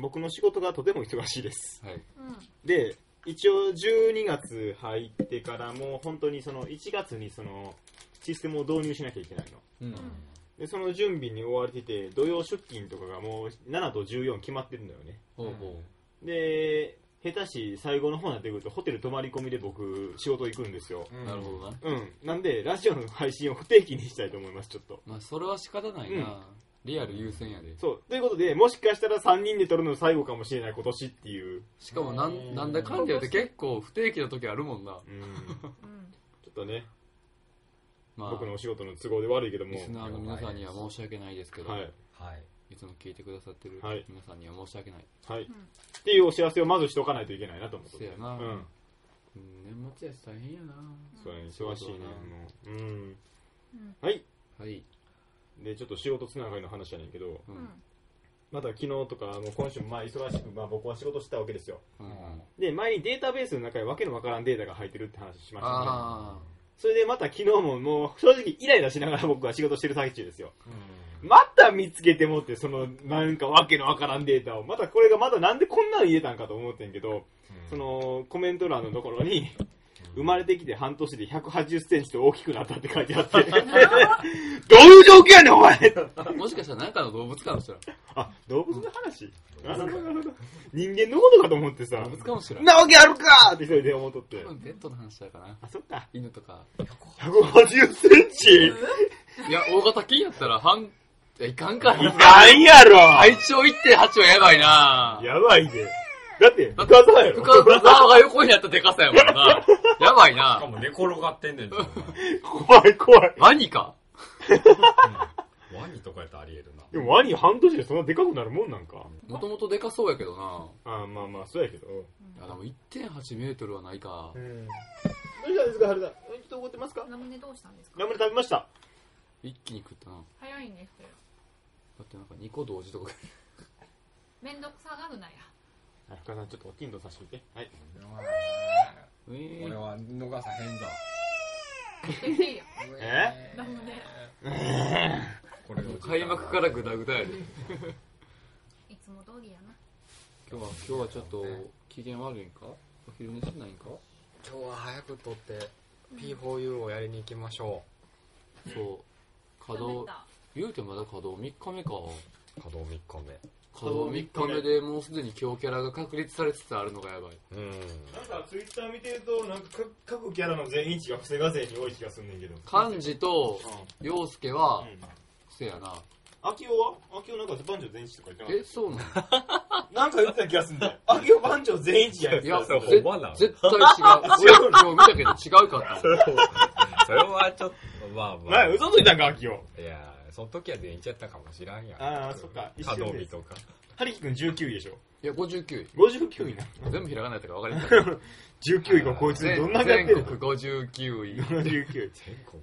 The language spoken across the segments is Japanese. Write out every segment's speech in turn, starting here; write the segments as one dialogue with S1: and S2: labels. S1: 僕の仕事がとても忙しいです。
S2: はい。
S1: で、一応12月入ってからも、本当にその1月にそのシステムを導入しなきゃいけないの。
S2: うん。
S1: で、その準備に追われてて、土曜出勤とかがもう7と14決まってるんだよね。
S2: ほうほ
S1: で、下手し最後の方になってくると、ホテル泊まり込みで僕、仕事行くんですよ。
S2: う。なるほどな。
S1: うん。なんで、ラジオの配信を不定期にしたいと思います、ちょっと。
S2: まあ、それは仕方ないな。リアル優先やで。
S1: そう。ということで、もしかしたら3人で撮るの最後かもしれない今年っていう。
S2: しかもな、
S3: うんん
S2: なんだかんだ言って結構不定期な時あるもんな。
S1: うん。
S3: うん
S1: ちょっとね、
S2: まあ、
S1: 僕のお仕事の都合で悪いけども
S2: リ。スナーの皆さんには申し訳ないですけど、
S1: はいい。、
S3: はい。
S2: つも聞いてくださってる
S1: はい
S2: 皆さんには申し訳ない。
S1: はい。
S3: ん
S1: っていうお知らせをまずしておかないといけないなと思って。
S2: せやな
S1: うん。
S2: うん年末やし大変やな。
S1: そうやね、忙しいな、もう。うん。
S3: うん
S1: はい。
S2: はい。
S1: で、ちょっと仕事つながりの話やねんけど、
S2: う。
S3: うんん
S1: また昨日とか、もう今週もまあ忙しく、まあ僕は仕事してたわけですよ。
S2: うんうん
S1: で、前にデータベースの中にわけのわからんデータが入ってるって話しましたね。
S2: あ
S1: それでまた昨日ももう正直イライラしながら僕は仕事してる最中ですよ。
S3: うん
S1: また見つけてもって、そのなんかわけのわからんデータを。またこれがまたなんでこんなの入れたんかと思ってんけど、そ、のコメント欄のところに、生まれてきて半年で180センチと大きくなったって書いてあ って、どういう状況やねん、お前
S2: あ。もしかしたら何かの動物かもしれん。
S1: あ、動物の話なるほど、なるほど。人間のことかと思ってさ
S2: 動、物かもしれん。
S1: なわけあるかって一人で思っとって。
S2: 多分ペットの話だかな。
S1: あ、そっか。
S2: 犬とか。
S1: 180センチ
S2: いや、大型犬やったら半、いやいかんから。
S1: なんやろ
S2: 体長1.8はやばいな
S1: やばいで。だって、
S2: だっ
S1: 深
S2: て
S1: さやろ
S2: 深川が横にあったデカさやもんな。やばい
S3: しか
S2: な
S3: も寝転がってん ねんぞ
S1: 怖い怖い。
S2: ワニか
S3: お前ワニとかやったらありえるな。
S1: でもワニ半年でそんなでかくなるもんなんか。
S2: もともとデカそうやけどな
S1: あまあまあ、そうやけど。
S2: いや、でも1.8メートルはないか
S1: う。ん。どうしたんですか、春田。ちょっと怒ってますか
S4: ラムネどうしたんですか
S1: ラムネ食べました。
S2: 一気に食ったな。だ
S4: 早いんですよ
S2: ってなんか2個同時とか。
S4: めんどくさがるなや
S1: はい、深田さん、ちょっとお金と差し引いて。はい。
S2: え
S3: 俺
S2: ー、
S3: は逃さへんぞ。
S4: でき るよ
S1: え
S4: ラムネ
S3: これの時間
S2: 開幕からグダグダやで。
S4: いつも通りやな
S2: 今日は、今日はちょっと、機嫌悪いんかお昼寝しないんか
S5: 今日は早く取って P4U をやりに行きましょ
S2: そう。稼
S4: 食べ
S2: 働、
S4: た
S2: 言うてまだ稼働3日目か。
S5: う稼働3日
S2: 稼働3日目でもうすでに強キャラが確立されつつあるのがやばい。
S5: 目うん
S1: なんか、ツイッター見てると、なんか、各キャラの全員値が防が勢に多い気がすんねんけど。
S2: 漢字と、陽介は、
S1: うん。
S2: せやな。
S1: 秋夫は秋夫なんか番長全員値とか言ってなかっ
S2: え、そうなの
S1: たなんか言ってた気がすんだよ。 秋夫番長全員値や
S2: い や、
S1: そ
S2: ぜ
S1: う
S2: 絶
S3: ほんまな
S2: 対違
S3: の
S2: う。俺今日見たけど違うかった。
S3: それはちょっと、まあまあ。
S1: なんや嘘ついたんか、秋夫。
S3: いやー、その時は全員ちゃったかもしらんやん。
S1: あーそっか一
S3: 可
S1: 瞬
S3: 動
S1: で
S3: 日とか。
S1: 春樹くん19位でしょ。
S2: いや、59位。
S1: 59位な。
S2: 全部ひらがなやったから分 かりま
S1: 19位がこいつ
S2: せん。
S1: どんなやってる
S2: 全
S1: の
S2: 国59位。
S1: ?19 位。
S3: 全国。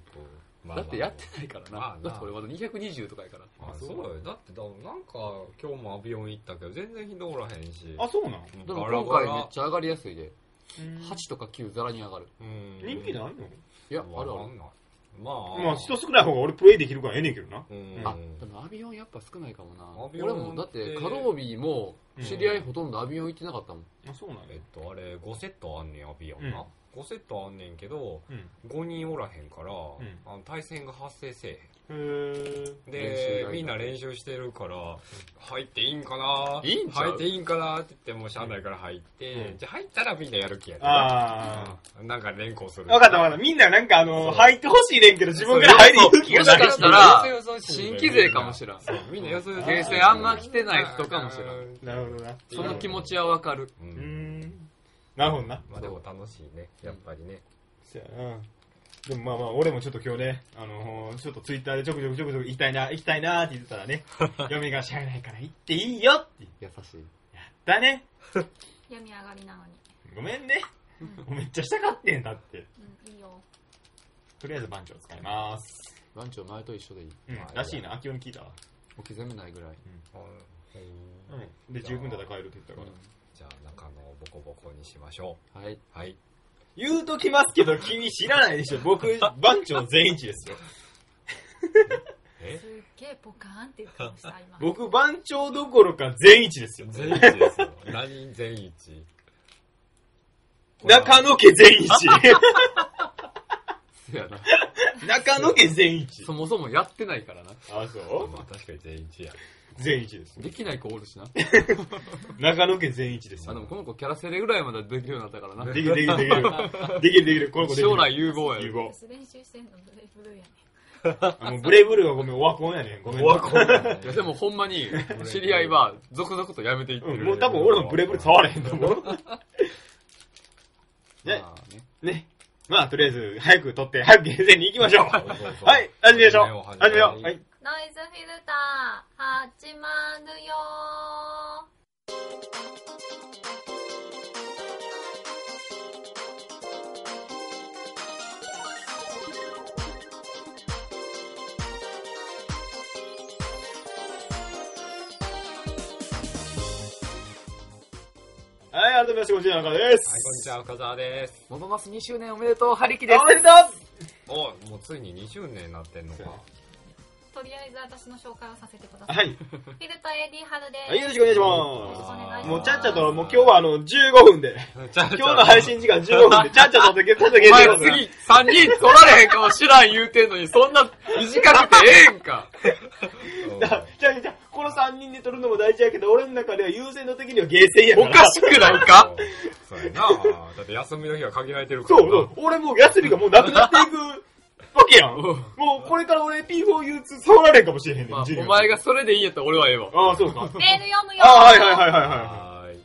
S3: まあ
S2: だ
S3: まあ
S2: ってやってないからな。
S3: まあな
S2: だって俺まだ220とかやから。
S3: あそうよ。だってだ、なんか、今日もアビオン行ったけど、全然日おらへんし。
S1: あ、そうなん
S2: でも
S3: ガラ
S2: 今
S3: ガ
S2: 回めっ
S3: ラ。
S2: ちゃ上がりやすいで。
S1: 人
S2: 8とか9ザラに上がる。
S3: うん
S1: 気ないの
S2: いや、あるある。
S3: まあ。
S1: まあ、人少ない方が俺プレイできるからええねんけどな。
S3: うん。
S2: あ、でもアビオンやっぱ少ないかもな。
S3: アビオン
S2: 俺もだって、稼働日も、知り合いほとんどアビオン行ってなかったもん。
S1: あ、そうなん
S3: えっと、あれ、5セットあんねん、アビオンな。5セットあんねんけど、
S1: うん。
S3: 5人おらへんから、
S1: ん
S3: あの対戦が発生せえへん。
S1: へー。
S2: 練習
S3: で
S2: が、
S3: みんな練習してるから、入っていいんかない
S2: いんちゃう
S3: 入っていいんかなって言って、もうしゃあないから入って、
S1: うん
S3: じゃあ入ったらみんなやる気やで。
S1: あ
S3: うんなんか連行する。
S1: ー。わかったわかった。みんななんかあの、
S3: そう
S1: 入ってほしいねんけど自分から入り勇気
S2: も
S1: が
S2: し
S1: ない
S2: かしたら
S3: よそよ、そ
S2: 新規勢かもしらん。
S3: そう、みんなよそよそ。
S2: 平成あんま来てない人かもしらん。
S1: なるほどな。
S2: その気持ちはわかる。
S3: う。
S1: うんん。なるほどな。
S3: まあでも楽しいね、やっぱりね。
S1: そやな。でもまあまあ、俺もちょっと今日ね、あのーちょっとツイッターでちょくちょくちょくちょく行きたいな、行きたいなーって言ってたらね、嫁が知らないから行っていいよって言っ
S2: 優しい。
S1: たね。
S4: 病み上がりなのに
S1: ごめんね。めっちゃしたかってんだって。
S4: うんいいよ
S1: とりあえず番長使います。
S2: 番長前と一緒でいい。
S1: うん、らしいな、秋音聞いたわ。
S2: お刻めないぐらい。
S3: うん
S1: うん。で、十分戦えるって言ったから。
S3: じゃあ中野をボコボコにしましょ
S2: はい。
S3: う。はい。
S1: 言うときますけど、君知らないでしょ。僕、番長全員一ですよ。
S3: ええ
S4: すっげえポカーンって言ってました、今。
S1: 僕、番長どころか全一ですよ。
S3: 全一ですよ。何全一
S1: 中野家全一。
S2: そう やな。
S1: 中野家全一。
S2: そもそもやってないからな。
S1: あ、そう
S3: まあ確かに全一や。
S1: 全一です。
S2: できない子おるしな。
S1: 中野家全一です
S2: あ、。でもこの子キャラセレぐらいまでできるようになったからな。
S1: できるできるできる。できるできる。この子できる。
S2: 将来融合や
S1: 融
S2: ろ。
S1: 合。
S4: 練習してんのブレイブルーやね。
S1: あもうブレイブルーはごめん、オワコンやねん。ごめん。
S3: オワコン
S2: いやでもほんま に、知り合いは続々とやめていって
S1: うん
S2: る。
S1: もう多分俺のブレイブルー触れへんと思う。ね、
S2: まあね
S1: ね。まあ、とりあえず、早く撮って、早く厳選に行きましょう。 はい、始めましょう。
S3: 始
S1: 始
S3: め
S1: め
S3: よ
S1: よ
S3: う
S1: う。はい。
S4: ノイズフィルター、始まるよ
S1: はい、改めまして、こんにちは、中田です。
S3: はい、こんにちは、深澤です。
S2: モノマス2周年おめでとう、ハリキです。
S1: おめでとう
S3: おいもうついに2周年になってんのか。
S4: ー。とりあえず私の紹介をさせてください。
S1: はい。
S4: フィルターエディハルです。
S1: はい、よろしくお願いし
S4: よろしく
S1: ま
S4: お願い
S1: す。
S4: します
S1: もう、ちゃっちゃと、もう今日はあの、15分で、
S3: ちゃうちゃう
S1: 今日の配信時間15分で、ちゃっちゃとだけ、ちゃっと
S2: お
S1: 厳
S2: 前
S1: 選をする。
S2: 次、3人取られへんかも知らん言うてんのに、そんな短くてええんか。
S3: うん
S1: じゃあじゃあじゃあこの3人で撮るのも大事やけど、俺の中では優先度的には厳選やか
S2: お
S1: ら。
S2: かしくないか
S3: そうやなだって休みの日は限られてるか
S1: そう
S3: らな。
S1: そう、俺もう休みがもうなくなっていくわけやん。
S2: うん
S1: もうこれから俺 P4U2 触られんかもしれへんねん、
S2: まあ、
S1: 授業
S2: お前がそれでいいやったら俺はええわ。
S1: ああ、そうか。
S4: メール読むよ
S1: ああ、はいはいはいはいは
S3: はーい。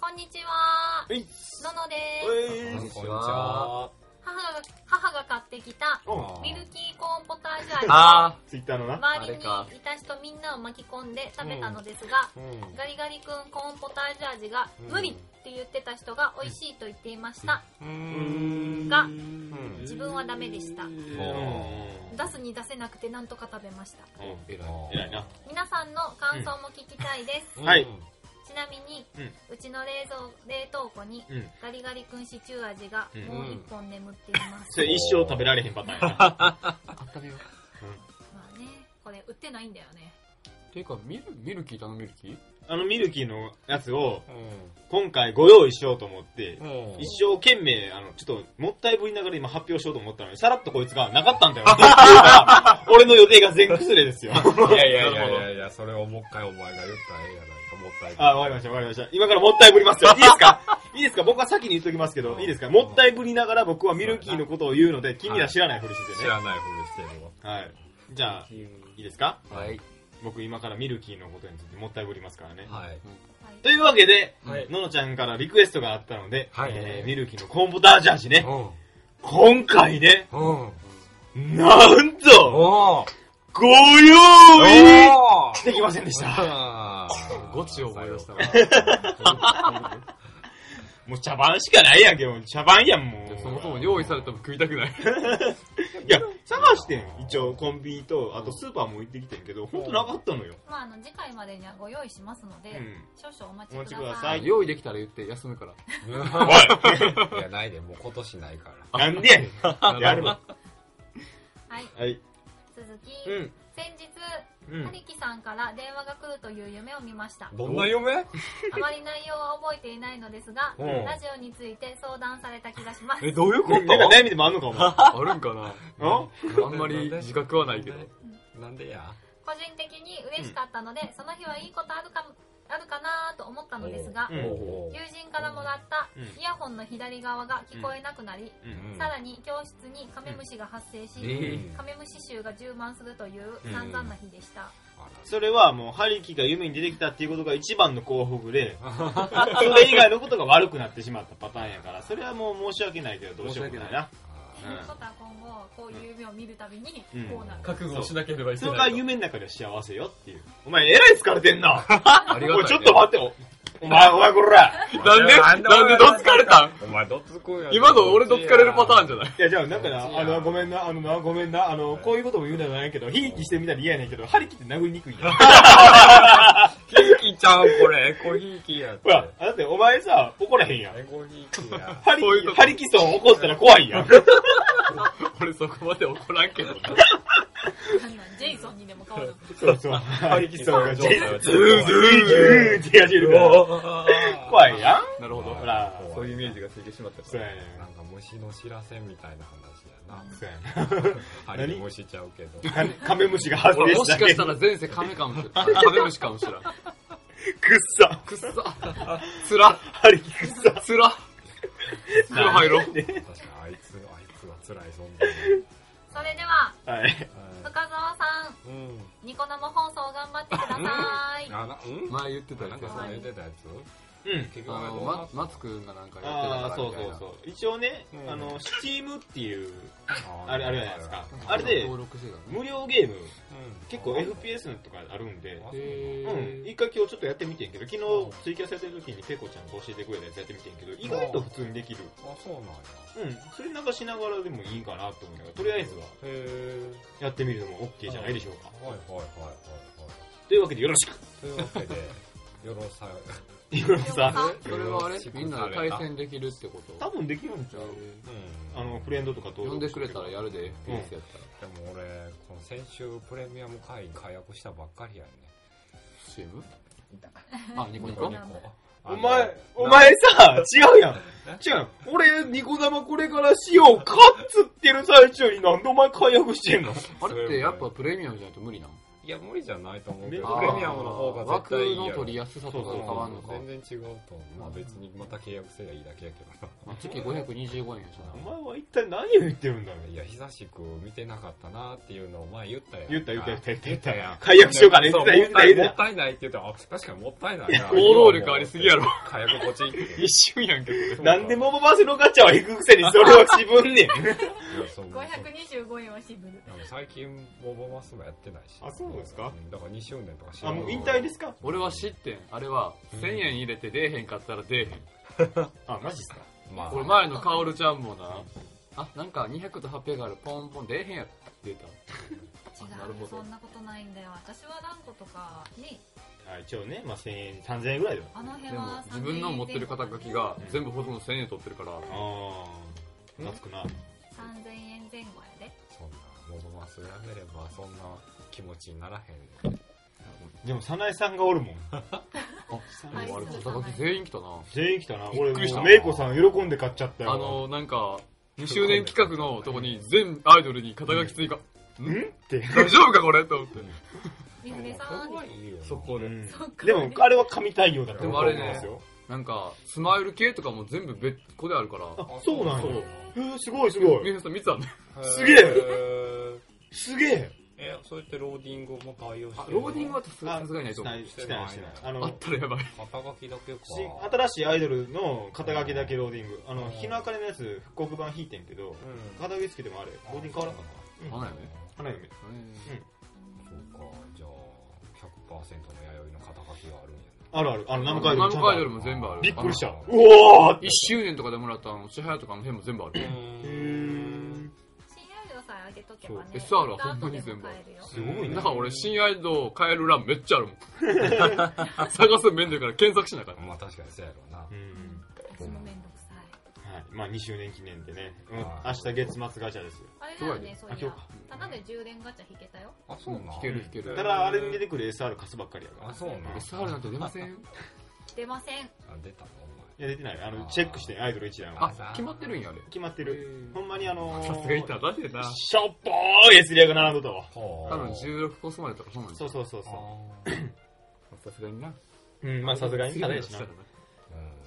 S4: こんにちは。
S1: い。はい。
S4: ののです。
S1: え
S3: こん
S1: ー
S3: にちは。
S4: 母が、母が買ってきた、
S1: お
S4: ミルキーコーンポタージュ味を
S2: あ
S1: ツイッターのな。
S4: 周りにいた人みんなを巻き込んで食べたのですが、
S3: うん。
S4: ガリガリ君コーンポタージュ味が
S3: うん
S4: 無理って言ってた人が美味しいと言っていました。
S3: う。
S1: うん
S4: が
S3: ん
S4: 自分はダメでした
S1: うん
S4: 出すに出せなくてなんとか食べました。
S2: ー
S1: 偉いな。
S4: 皆さんの感想も聞きたいです。
S3: うん
S1: はい。
S4: ちなみに、
S1: うん
S4: うちの冷蔵冷凍庫に
S1: うん。
S4: ガリガリ君シチュー味が
S1: うん
S4: もう一本眠っています。
S1: それ一生食べられへんパターンやな。
S2: 温めよう。
S4: まあね、これ売ってないんだよね。
S2: ていうか、ミル、ミルキー頼むミルキー
S1: あのミルキーのやつを
S3: う
S1: 今回ご用意しようと思って、
S3: ん。うん。
S1: 一生懸命、あの、ちょっと、もったいぶりながら今発表しようと思ったのに、さらっとこいつがなかったん だよ。って言うから俺の予定が全崩れですよ。
S3: いやいやいやいやいや、それをもう一回お前が言ったらええやないか、もったい
S1: あ、わかりました、わかりました。今からもったいぶりますよ。いいですかいいですか僕は先に言っときますけど、いいですかもったいぶりながら僕はミルキーのことを言うので、君ら知らないふりして
S3: 知
S1: てね。
S3: らないふりしてるわ。
S1: はい。じゃあ、いいですか
S2: はい。
S1: 僕今からミルキーのことについてもったいぶりますからね。
S3: はい。
S4: はい
S1: というわけで、
S3: はい
S1: ののちゃんからリクエストがあったので、
S3: はい
S1: えーミルキーのコーンポタージュ味ね。
S3: う
S1: 今回ね、
S3: ん。うん。
S1: なんと、
S3: おー
S1: ご用意
S3: お
S1: できませんで した。
S3: ー
S2: ゴチを思い出したわ。
S1: もう茶番しかないやんけ、もう茶番やん、もう。
S2: そもそも用意されても食いたくない。
S1: いや、探してん。一応、コンビニと、あとスーパーも行ってきてんけど、ほんとなかったのよ。
S4: まあ、あの次回までにはご用意しますので、
S1: うん
S4: 少々お待
S1: お待
S4: ち
S1: ち
S4: く
S1: く
S4: だ
S1: だ
S4: さ
S1: さ
S4: い。
S1: い
S2: 用意できたら言って休むから。
S3: いや、ないで、もう今年ないか
S1: なんでやねん。やるわ。
S4: はい、
S1: はい。
S4: 続き、
S1: うん。
S4: 先日、
S1: うん
S4: ハリキさんから電話が来るという夢を見ました
S3: ら。。どんな嫁
S4: あまり内容は覚えていないのですが、
S3: うん
S4: ラジオについて相談された気がします。
S3: え、どういうこ
S1: な
S3: と
S1: んか悩みでもあんのか、お前。
S2: あるんかな
S1: あ
S2: あんまり自覚はないけど。
S3: なんでや
S4: 個人的に嬉しかったので、その日はいいことあるかも、あるかなと思ったのですが、
S1: うん
S4: 友人からもらった
S1: うん
S4: イヤホンの左側が聞こえなくなり、
S1: うん
S4: さらに教室にカメムシが発生し、
S2: え
S4: カメムシ臭が充満するという散々な日でした。
S1: それはもう、ハリキが夢に出てきたっていうことが一番の幸福 で、それ以外のことが悪くなってしまったパターンやから、それはもう申し訳ないけど、どうしようもないな。
S4: ということは今後、こういう夢を見るたびに
S1: うん、
S4: こうなる。
S2: 覚悟しなければい
S1: それから夢の中では幸せよっていう。お前、えらい疲れてんな。
S2: ありが
S1: お
S2: た
S1: い、
S2: い。
S1: ちょっと待ってよ。お前、お前、こ ら。
S2: なんでなんでどつかれたん
S3: お前どつくんや
S2: 今の俺どつかれるパターンじゃない
S1: いや、じゃあ、なんかな、あの、ごめんな、あのな、ごめんな、あの、こういうことも言うならないけど、ひいきしてみたら嫌やねんけど、張り切って殴りにくい やん。
S3: ヒーキちゃんこれ、エコヒーキやって
S1: ほ。ら、だってお前さ、怒らへんやん。
S3: エコヒーキや。
S1: ハリ
S2: こういうこと
S1: ハリキソン怒ったら怖いやん。
S2: 俺そこまで怒らんけどな。
S1: そうそう。ハリキソンがジュー
S3: ズーズー
S1: ジューってやじるから。怖いやん
S2: なるほど
S1: ほ。ら。
S2: そういうイメージがついてしまった
S1: そうやね
S3: なんか虫の知らせみたいな話
S1: ん。そうやね
S3: だよな。針虫ちゃうけど。
S1: ん。カメムシが発生
S2: 俺も
S1: し
S2: したか
S1: け
S2: し
S1: ど。
S2: たら前世カメかもしれない。カメムシかもしれない。
S1: くっさ。
S2: くっさ。つら。
S1: ハリキくっさ。
S2: つら。風呂入ろう。
S3: 確かにあいつ、あいつは辛い存在
S4: それでは、
S1: はい。
S4: 深澤さ
S3: だ。うん。
S4: ん、ニコ生放送頑張ってくださ
S3: あな、うん
S2: 前言ってた
S3: な
S2: や
S3: ん
S2: つ
S3: かその言ってたや
S1: うん。
S3: つ結
S2: あの、ま、マツくんがなんかやってた
S1: ああ、
S2: から
S1: そ
S2: み
S1: う
S2: たい
S1: そう
S2: な。
S1: そう。一応ね
S3: う、ん
S1: あの、スチームっていう、
S3: あ
S1: あれ、あれじゃないですか。あれで、
S2: 登録してたのね。
S1: 無料ゲーム、
S3: うん
S1: 結構 FPS とかあるんで、
S2: へ
S1: うん。
S2: ー
S1: 一回今日ちょっとやってみてんけど、昨日ツイキャスやってる時にペコちゃんが教えてくれたやつやってみてんけど、意外と普通にできる。
S3: あ、そうなんや。
S1: うん。それなんかしながらでもいいかなと思いながら、とりあえずは
S3: へえ。
S1: やってみるのも OK じゃないでしょうか。
S3: はいはいはいはい。はい
S1: というわけでよろしく。
S3: というわけで、よろさ
S1: いろいろさ、
S4: い。
S2: それはあれ
S3: よろしく
S2: みんなで対戦できるってこと
S1: 多分できるんちゃう
S3: うん
S1: あの、フレンドとか登
S2: 呼ん
S1: 録し
S2: で
S1: て
S2: くれたらやるで、
S1: うん
S2: ペースやったら。
S3: でも俺、この先週プレミアム会員解約したばっかりやんね。
S2: チームあ、ニコニコ
S4: ニコニコ
S1: お前、お前さ、違うやん。違うやん。俺、ニコ生これからしようかっつってる最中になんでお前解約してんの
S2: あれってやっぱプレミアムじゃないと無理なの
S3: いや、無理じゃないと思うけ
S1: プ
S3: ど、
S1: あー
S3: プレミアムの方が絶対いいやろ。
S2: 枠の取りやすさとか変わんのか。
S3: 全然違うと思う。まあ別にまた契約すればいいだけやけど
S2: まあ月525円やし
S1: お
S2: な。
S1: 前は一体何を言ってるんだ
S3: な。いや、久しく見てなかったなっていうのを前言ったやん。
S1: 言った言った言った言った
S3: 言ったやん。
S1: 解約しようかね
S3: そう
S1: 言ってた言ってた
S3: もったいないって言ったら、あ、確かにもったいないな。
S2: 行動力ありすぎやろ。
S3: 解約ポチンって。
S2: 瞬やんけ、
S3: そうか
S1: なんでモババスのガチャは行くくせにそれは自分ねん。
S3: いやそう
S4: 525円を渋る。
S3: なんか最近、モバマスもやってないし。
S1: あそうですか
S3: んだから2周年とかし
S1: あ、もう引退ですか
S2: 俺は知ってん。あれは、1000円入れて出えへんかったら出えへん。
S1: あ、マジっすか
S3: まあ、
S2: 俺前のカオルちゃんもな、あ、なんか200と800がある、ポンポン出えへんやって言って
S4: 違
S2: なるほ
S4: う、
S2: ど
S4: そんなことないんだよ。私はランコとかに、
S1: あ一応ね、まあ、1000円、3000円ぐらいだよ。
S4: あの
S2: た。
S4: 辺
S2: でも
S4: は、
S2: 自分の持ってる肩書きが全部ほとんど1000円取ってるから、
S1: あー、懐くな。
S4: 3000円前後やで。
S3: そんな、モバマスやめれば、そんな気持ちにならへん。
S1: でも、早苗さんがお るもん。
S2: あれ肩書き全員来たな。
S1: 全員来たな。俺、
S2: っくりした
S1: もう、メイコさん喜んで買っちゃったよ。
S2: あの、なんか、2周年企画のとこに全アイドルに肩書き追加。
S1: んって。
S2: 大丈夫かこれと思って。
S4: 水根さ
S3: そ
S4: ん
S3: こ、はいいよ。
S2: そこ
S1: う
S2: で。
S1: ん
S4: そっか
S1: でも、あれは神対応だった
S2: でもあれね
S1: ますよ。
S2: なんか、スマイル系とかも全部別個であるから。
S1: あ、そうなん
S2: そう
S1: や。えー、すごいすご
S2: み
S1: い。
S2: ふさん見てたね。
S1: すげえ
S3: え
S1: すげえ
S3: え、そうやってローディングも対応して
S2: あ、
S3: る
S2: ローディングはさすがにないと
S1: し
S2: 思
S1: な
S2: う。
S1: い、してない、してない。あ
S2: あ
S1: の
S2: っ、たらやばい。
S3: 肩書きだけか。
S1: し新しいアイドルの肩書きだけローディング。あ
S3: う
S1: の、
S3: ん
S1: 日の明かりのやつ、復刻版引いてんけど、
S3: うん。
S1: 肩書きつけてもあれ、ローディング変わらんかった。
S2: 花嫁。
S1: 花嫁。
S3: そうか、じゃあ、100%の弥生の肩書きがあるんや
S1: あるある。あの、ナムカ
S2: ナ
S1: イドル
S2: ム
S1: ちゃん
S2: カ
S1: とあ
S2: アイド
S1: る。
S2: ルも全部ある。
S1: びっくりした。
S3: あ
S1: う
S3: の
S1: おーって
S2: 1周年とかでもらったあの、支配とかの辺も全部ある。
S1: へー
S4: 新アイドルさえ上げとけばね。
S2: そう SR は
S4: 買
S2: ほ
S4: っ
S2: ん
S4: た
S2: ま
S4: 後で
S2: に
S4: も
S2: 全部
S4: 買えるよ。
S1: すごい
S2: だ
S1: な
S2: か。ら俺、新アイドル変える欄めっちゃあるもん。探すのめんどい から検索しなかった。
S3: まあ確かにそうやろうな
S1: う。ん。
S4: 私もめんどくさい。
S1: はい。まあ、2周年記念でね。うん
S3: は
S1: 明
S3: い
S1: 日月末ガチャですよ。
S4: あれだよね、そうい
S1: あ、
S4: う
S1: 今
S4: の
S1: 日。か。
S4: ただで充電ガチャ引けたよ。
S3: あ、そうなん
S2: 聞ける聞ける
S1: た。だ、あれに出てくる SR 貸すばっかりやから。
S3: あ、そうなんあ、
S2: SR なんて出ません
S4: 出ません。
S3: 出たの
S1: いや、出てない。あの
S3: あ、ー
S1: チェックして、アイドル1なの。
S2: あ、決まってるんや、あれ。
S1: 決まってる。ほんまにあのー、
S2: さすがに高いな。
S1: しょっぽーい S リアが並んどったわ。
S3: お前。
S2: 多分16コスまでとかそうなんです
S1: そう
S2: よ
S1: そうそうそ
S3: あ
S2: さすがにな。
S1: う。うん、まあさすがに高いしな。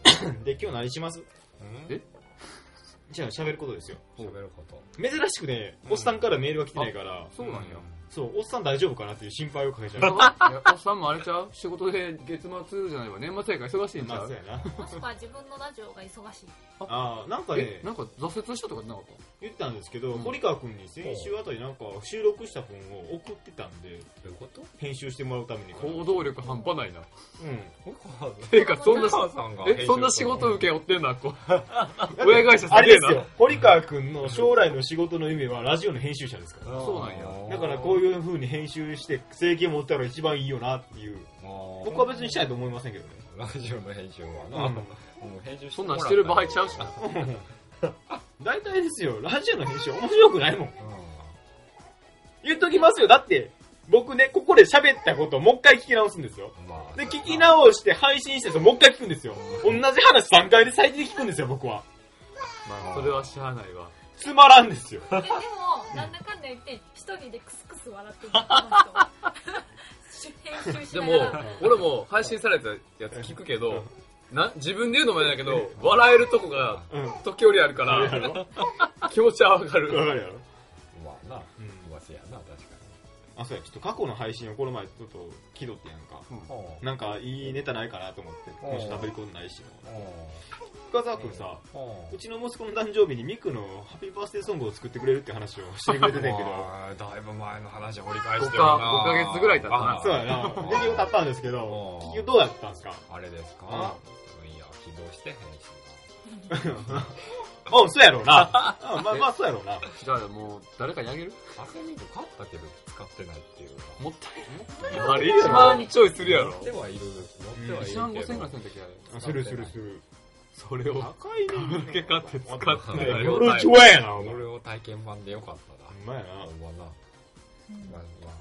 S3: ー
S1: で、今日何します
S3: うん。
S2: え
S1: じゃあ喋ることですよ。
S3: 喋ること。
S1: 珍しくね、おっさんからメールが来てないから、
S2: そうなんや。
S1: そう、おっさん大丈夫かなっていう心配をかけちゃ
S2: い
S1: う。
S2: やおっさんもあれちゃう仕事で月末じゃないわ。年末やから忙しいんち
S1: ま
S2: ゃ
S1: あ、そう
S2: う
S1: やな。
S4: もしくは自分のラジオが忙しい。
S1: ああ、なんか
S2: え
S1: ね、
S2: なんか挫折したとかなかっ
S1: 言ってたんですけど、
S2: うん
S1: 堀川くんに先週あたりなんか収録した分を送ってたんで、
S3: どういうこと
S1: 編集してもらうために
S2: た
S1: かな。
S2: 行動力半端ないな。
S1: うん。
S2: ていうか、そんな、
S3: さんが
S2: え、そんな仕事受け負ってんな、 こう。親会社す
S1: あれ
S2: げえ
S1: ですよ
S2: な。、
S1: 堀川くんの将来の仕事の夢はラジオの編集者ですから。
S3: そう
S2: なん
S1: だ
S2: や
S1: からこう
S3: いう。
S1: いう風に編集して、政権持ったら一番いいよなっていう。僕は別にしたいと思いませんけどね。
S3: ラジオの編集はな、もう編集
S2: そんなんしてる場合ちゃうしな。
S1: 大体ですよ、ラジオの編集面白くないもん。言っときますよ。だって、僕ね、ここで喋ったことをもう一回聞き直すんですよ。
S3: まあ、
S1: で、聞き直して配信して、もう一回聞くんですよ。同じ話3回で最低で聞くんですよ、僕は。
S2: まあ、それはしゃあないわ。
S1: つまらんですよ。
S4: えでも、なんだかんだ言って、一人でクスクス笑ってるこの人編集し
S2: で
S4: な
S2: も
S4: がら。、
S2: 俺も配信されたやつ聞くけど、な自分で言うのもあれだけど、笑えるとこが
S1: うん。わ
S2: 時折あるか
S1: かるや
S2: ら、
S1: ろわ
S2: 気持ちはわか
S1: か
S2: る。
S1: るやろ
S3: まあな、
S1: う
S3: うわせやな、確か
S1: あ、そうや、ちょっと過去の配信をこの前ちょっと気取ってやんか。
S3: に。ほう
S1: なんかいいネタないかなと思って、今週食べ込んでないしな。
S3: ほ
S1: 深澤くんさ、
S3: うほう
S1: うちの息子の誕生日にミクのハッピーバースデーソングを作ってくれるって話をしてくれてたんやけ ど、
S3: まあだいぶ前の話を掘り返
S2: 五
S3: して
S2: か
S3: るな。
S2: 五ヶ月ぐらい経ったな
S3: あ
S1: そうやな、出来事あったんですけど、
S3: うん
S1: 結局どうやったんですか
S3: あれですか、いや、起動してへんし
S1: うん、そうやろうな。 うんまあまあそうやろうな。
S2: じゃあもう、誰かにあげる
S3: な。アセミック買ったけど使ってないっていうな。
S2: もったいな
S3: い
S2: い。
S3: ない
S2: あれ1万ちょいするやろ
S3: 持っ。てはいる。持って
S2: 1万
S3: はいる
S2: 5
S3: け
S2: 千円ぐら
S3: ど
S2: い。するんだっけあれ。
S1: あするするする。
S2: それを、
S1: 高いね。
S2: 受け買って使ってない
S3: よ
S1: ヨ
S2: よ。
S1: ルチュアやな、お前。
S3: こ
S1: ほ
S3: れを体験版でよかったな。
S1: んまやな
S3: ほ。んまな。
S4: うん
S3: まあまあ。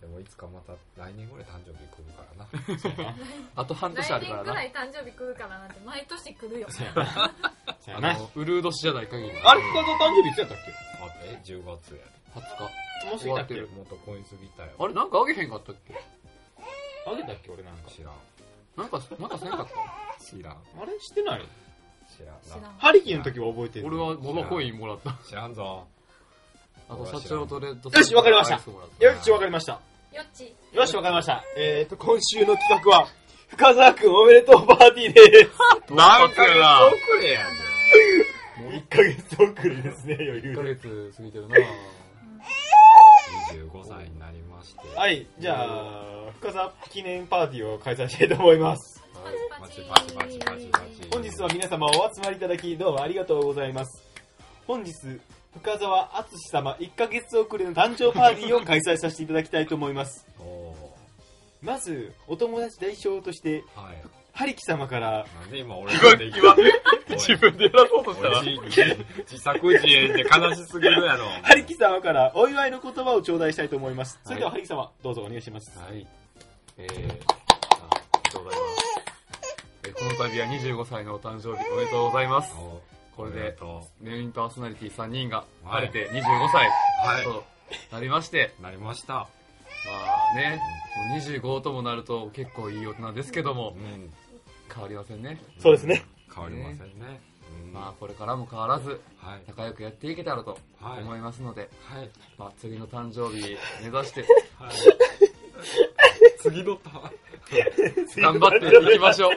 S3: でもいつかまた来年ぐらい誕生日来るからな。
S2: あと半年あ
S4: 来
S2: るか
S4: 年
S2: ら
S4: ぐ
S2: な
S4: ら。い誕生日来るからなんて、毎年来る よ。
S1: そうやな。そうやな。
S2: あの、うるう年じゃない限り。
S1: あれ、深澤誕生日いつやったっ
S3: あえ、10月や。
S2: 20日。
S1: けもう過ぎたっ
S2: 終わ
S1: け
S2: っ
S3: もっとコインすぎたよ。
S2: あれ、なんかあげへんかったっけ
S1: あげたっけ俺なんか。
S3: 知らん。
S2: なんか、なんかせんかった
S3: 知らん。
S1: あれしてない
S3: 知らん
S4: 知ら
S3: な。
S4: ん。
S1: ハリキーの時は覚えてる。
S2: 俺はモノコインもらった。
S3: 知らんぞ。
S2: あと、社長とレッド
S1: よしわかりました
S2: アイスもらっ
S1: よし、わかりました。
S4: よっち。
S1: よし、わかりました。えーと、今週の企画は、深澤くんおめでとうパーティーです。
S2: なんかな
S3: 遅れやん。
S1: 1ヶ月遅れですね、余
S2: 1
S1: 裕
S2: ヶ
S1: で。
S2: 月過ぎてるな
S3: 25歳になりまして。。
S1: はいい、じゃあ、深澤記念パーティーを開催したいと思います。
S4: パ
S3: パ
S4: チ
S3: チ
S4: パ
S3: パ
S4: チ
S3: チ
S4: パ
S3: パ
S4: チ
S3: チ
S4: パ
S3: パ
S4: チ
S3: チ
S4: パ
S3: パ
S4: チ
S3: チ。
S1: 本日は皆様お集まりいただき、どうもありがとうございます。本日、深澤敦様1ヶ月遅れの誕生パーティーを開催させていただきたいと思います。
S3: おお
S1: まず、お友達代表として、
S3: ー。はい。
S1: ハリキ様から、
S3: なんで今俺ができま
S2: 自分でやらそうとしたら。
S3: 自作自演って悲しすぎるやろ。
S1: ハリキ様からお祝いの言葉を頂戴したいと思います。それでは、
S2: は
S1: ハリキ様、どうぞお願いします。
S2: はい。えー、ありがとうございます。えーこの度は25歳のお誕生日おめでとうございます。
S3: お
S2: これ
S3: おめ
S2: で、
S3: と
S2: メインパーソナリティ3人が
S3: はい
S2: 晴れて25歳
S3: うはい
S2: となりまして、
S3: なりました。
S2: まあね、もう25ともなると結構いい大人ですけども
S3: う、ん。
S2: 変わりませんね。
S1: そうですね。
S3: 変わりませんね。うん
S2: まあこれからも変わらず、
S3: はい。
S2: 仲良くやっていけたらと
S3: はい。
S2: 思いますので、
S3: はい。
S2: まあ、次の誕生日目指 して
S3: はい。次のターン。
S2: 頑張っていきま しょう。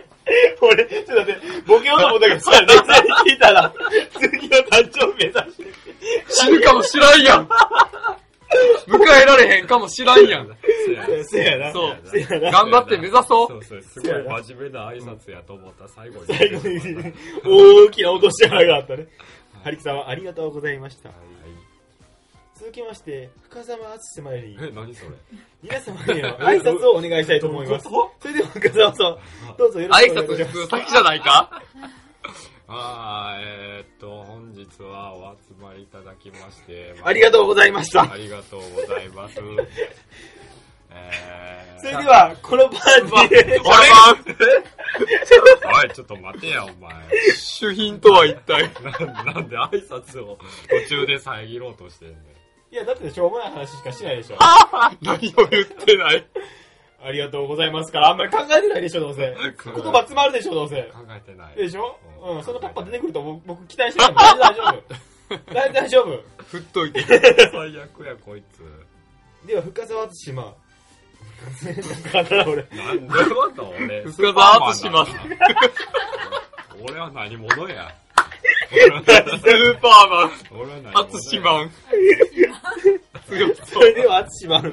S1: 俺、ちょっと待って、ボケようと思ったけど、それ冷静に聞いたら、 次の誕生日目指して。
S2: 死ぬかもしらんやん迎えられへんかもしらんやん
S3: そうやな
S1: せやな。
S2: そう。
S1: せやな。
S2: 頑張って目指そ
S3: そううそう。すごい真面目な挨拶やと思った最後に。
S1: 最後に、大きな落とし穴があったね。ハリキ様、ありがとうございました。続きまして、深澤淳様より、
S3: え、何それ
S1: 皆様には挨拶をお願いしたいと思います。それでは、深澤さん、どうぞよろしくお願
S2: 挨
S1: いいたし
S2: 拶
S1: ます。
S2: 普通先じゃないか
S3: ああ、えーっと、本日はお集まりいただきまして、
S1: ありがとうございました。
S3: ありがとうございます。えー、
S1: それでは、このパーティーで、
S3: あれおい、ちょっと待てや、お前。
S2: 主品とは一体
S3: な なんで挨拶を途中で遮ろうとしてんねん。
S1: いや、だってしょうもない話しかしないでしょ。
S2: 何を言ってない
S1: ありがとうございますから、あんまり考えてないでしょ、どうせ。
S3: 考
S1: 言葉詰まるでしょ、どうせ。
S3: えてない。
S1: でしょ
S3: う
S1: う
S3: ん
S1: ん、そのパッパ出てくると僕僕期待してないから大丈夫。大大丈夫。
S2: 振っといて
S3: 最悪や、こいつ。
S1: では、深澤敦島。だから俺、
S3: なんでまた俺、
S2: 深澤敦島
S3: スーパーマンなんだ俺は何者や。
S2: スーパーマン
S3: 俺は何者や。
S2: 淳マン強
S1: そ
S2: そう
S1: れでは敦島、今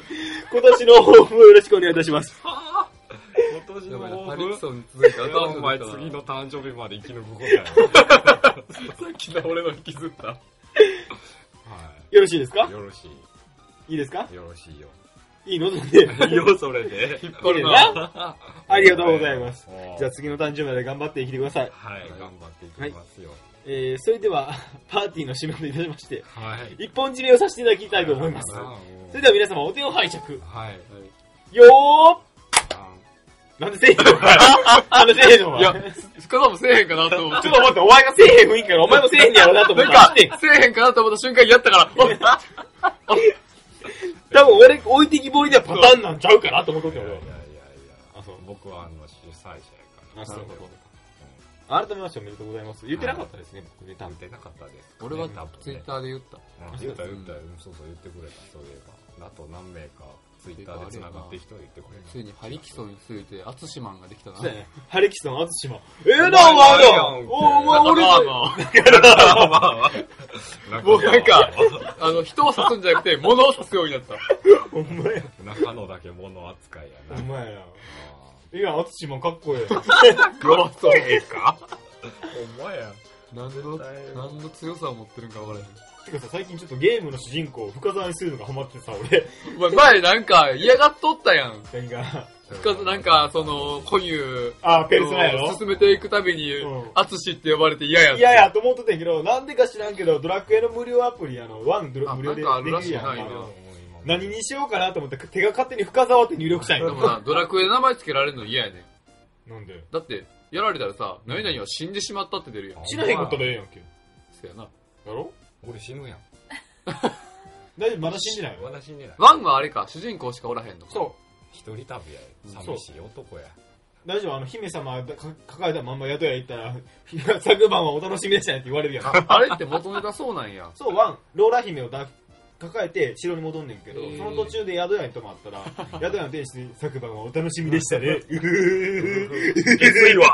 S1: 年の抱負をよろしくお願いいたします。
S3: 今年
S2: やばい
S3: の
S2: なパ
S3: 抱
S2: リ
S3: 負
S2: クソンに続いて
S3: それはお前
S2: 後々
S3: 次
S2: だ
S3: の誕生日まで生き抜くことやろ。
S2: なさっきの俺の引きずった
S3: は
S1: よろしいですか
S3: い。よろし
S1: いいですか
S3: い。よろしいよ。
S1: いいの なんで。
S3: いいよ、それで。
S2: 引っ張る
S1: いいね
S2: な
S1: ありがとうございます。
S3: おー。
S1: じゃあ次の誕生日まで頑張って生きてください。
S3: はい、頑張っていきますよ。
S1: えーそれでは、 パーティーの締めといたしまして、
S3: はい。
S1: 一本締めをさせていただきたいと思います。
S3: あ
S1: それでは皆様、お手を拝借。
S3: ーはい。
S1: よ
S3: あ
S1: ーなんでせえへんのなんでせえへんのお
S2: い
S1: 前
S2: や、深田もせえへんかなと思っ
S1: ち
S2: て
S1: ょっ。と待って、お前がせえへん雰囲気から、お前もせえへんやろなと思
S2: な
S1: っ
S2: ん
S1: たら、なん
S2: か
S1: で、
S2: せえへんかなと思った瞬間にやった から、
S1: 多分俺、置いてきぼりではパターンなんちゃうかなと思っとっ
S3: い
S1: て
S3: やいやい
S1: 俺
S3: や
S1: はい
S3: や。
S1: あそう
S3: 僕はあの主催者やから。
S1: あそうか
S3: う
S1: 改めましておめでとうございます。言ってなかったですね、僕ね、多
S3: ん。
S1: 分。
S3: 出なかったです。
S2: 俺はツイッ
S3: ね
S2: ターで言った。
S3: うん言った言った、うん、そうそう言ってくれた、そういえば。あと何名か、ツイッターで繋がって人言ってくれた。
S2: ついにハリキソンについて、アツシマンができたな。
S1: そうやね。ハリキさん、アツシも。ええな、お前ら
S3: お前らやん
S1: おお前俺
S2: まあ
S1: が。
S2: ま
S3: なん
S2: あもうなんか、あの、人を刺すんじゃなくて、物を刺すようになった。
S1: お前や。
S3: 中野だけ物扱い
S1: お
S3: やな。
S1: 前や。今、アツシもかっこええ。
S2: ローソ
S3: ええかお前や。
S2: 何の、何の強さを持ってるんか分からへん。
S1: てかさ、最近ちょっとゲームの主人公を深沢にするのがハマってさ、俺。
S2: お前前なんか嫌がっとったやん。
S1: 何が。
S2: かつなんか、その、コニュ
S1: あ、ペルソナやろ
S2: 進めていくたびに
S1: うん、
S2: アツシって呼ばれて嫌やって。
S1: いやいや、と思ってたんやけど、なんでか知らんけど、ドラクエの無料アプリ、あの、ワンドラ
S2: あ
S1: 無料で
S2: なんかある
S1: で
S2: ら
S1: き
S2: しい
S1: るや
S2: なん今
S1: か。何にしようかなと思って、手が勝手に深沢って入力したんや
S2: でもな、ドラクエで名前つけられるの嫌やねん。
S1: なんで
S2: だって、やられたらさ、何々は死んでしまったって出るやん。
S1: 知らへんことでええやんけ。
S2: そやな。
S1: だろ
S3: 俺死ぬやん。
S1: 大丈夫、まだ死んでないよ。
S3: 私死んでない。
S2: ワンはあれか、主人公しかおらへんのか。
S1: そ
S3: 一人旅や。寂しい男や。
S1: う。大丈夫、あの、姫様か抱えたまんま宿屋行ったら、 昨晩はお楽しみでしたねって言われるやん。
S2: あれって元ネタそうなんや。
S1: そう、ワン、ローラ姫を抱抱えて城に戻んねんけど
S2: へ、ー
S1: その途中で宿屋に泊まったら、宿屋の店主に昨晩はお楽しみでした ね。うふふふ
S3: いわ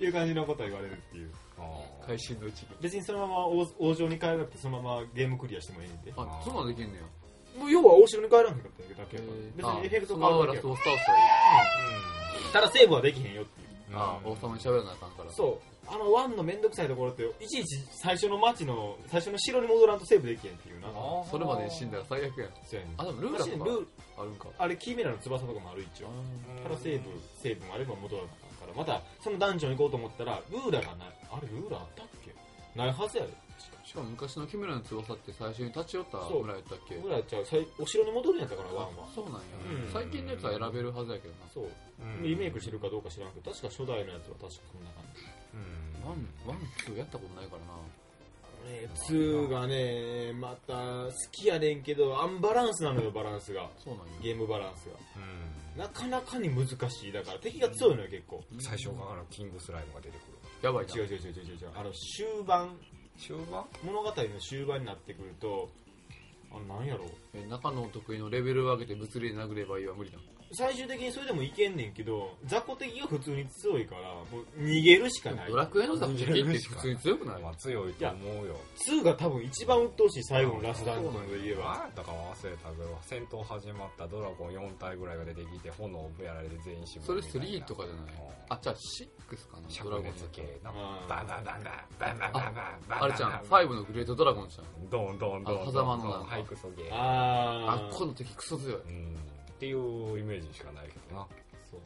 S1: いう感じのことを言われるっていう。
S2: 会心のうちに。
S1: 別にそのまま王王城に帰らなくて、そのままゲームクリアしてもいいんで。
S2: あ、そんなんできんねや。
S1: もう要は王城に帰らなくてだけやから。別にエフェクト変わ
S2: わ
S1: るだけや
S2: ラス
S1: か
S2: ボス倒したらいい。
S1: らただセーブはできへんよっていう。
S2: あ、王様に喋らなあかんから。
S1: そう。あの、ワンのめんどくさいところって、いちいち最初の町の、最初の城に戻らんとセーブできへんっていうな。
S2: それまで死んだら最悪やん。
S1: そうやねん
S2: あ、でもルーラ
S1: 確かに
S2: と
S1: ル
S2: か
S1: ー
S2: あるんか。
S1: あれ、キーメラの翼とかもある一応。
S2: あ
S1: から成分、成分あれば戻らなあかんから、また、そのダンジョン行こうと思ったら、ルーラがない。あれ、ルーラあったっけないはずやで。
S2: ーしかも昔のキムラの翼って最初に立ち寄った村やったっけ
S1: ルーラちゃう、さいお城に戻るんやったから、
S2: あ
S1: ワンは。
S2: そうなんや
S1: う。ん
S2: 最近のやつは選べるはずやけどな。
S1: そう。リメイクしてるかどうか知らんけど、確か初代のやつは確かこんな感じ。
S2: ワン、ワン、ツーやったことないからな。
S1: え2がね、また、好きやねんけど、アンバランスなのよ、バランスが。
S2: そうなんや。
S1: ゲームバランスが。なかなかに難しい。だから、敵が強いのよ、結構。
S3: 最初があのキングスライムが出てくる。
S2: やばいな
S1: 違う。違う違う違う違う。あの、終盤、
S3: 終盤
S1: 物語の終盤になってくると、あ、なんやろう。
S2: え中の得意のレベルを上げて物理で殴ればいいは無理だ。
S1: 最終的にそれでもいけんねんけど、雑魚敵が普通に強いから、もう逃げるしかない。
S2: ドラクエの雑敵って普通に強くない
S3: まあ強いと思うよ。
S1: 2が多分一番鬱陶しい最後のラスダンジョンで言えば。
S3: あったか忘れたけど、戦闘始まったドラゴン4体ぐらいが出てきて、炎をやられて全員死ぬ。
S2: それ3とかじゃない
S3: あ、
S2: あ、じゃあ6かな。
S3: シャ
S2: ドラ
S3: ブ
S2: ゴン
S3: レ
S2: ズ
S3: ツ系の
S1: あ、ー
S3: バンバンバンバン、バンバンバンバン。
S2: あれじゃん、5のグレートドラゴンじゃん。
S3: ドンドンドンドン。
S2: あ狭間のなんか
S3: ハイクソゲー。
S1: あ
S2: あ
S1: ー。
S2: っこの敵クソ強い。
S3: うんっていうイメージしかないけどな。
S1: そう。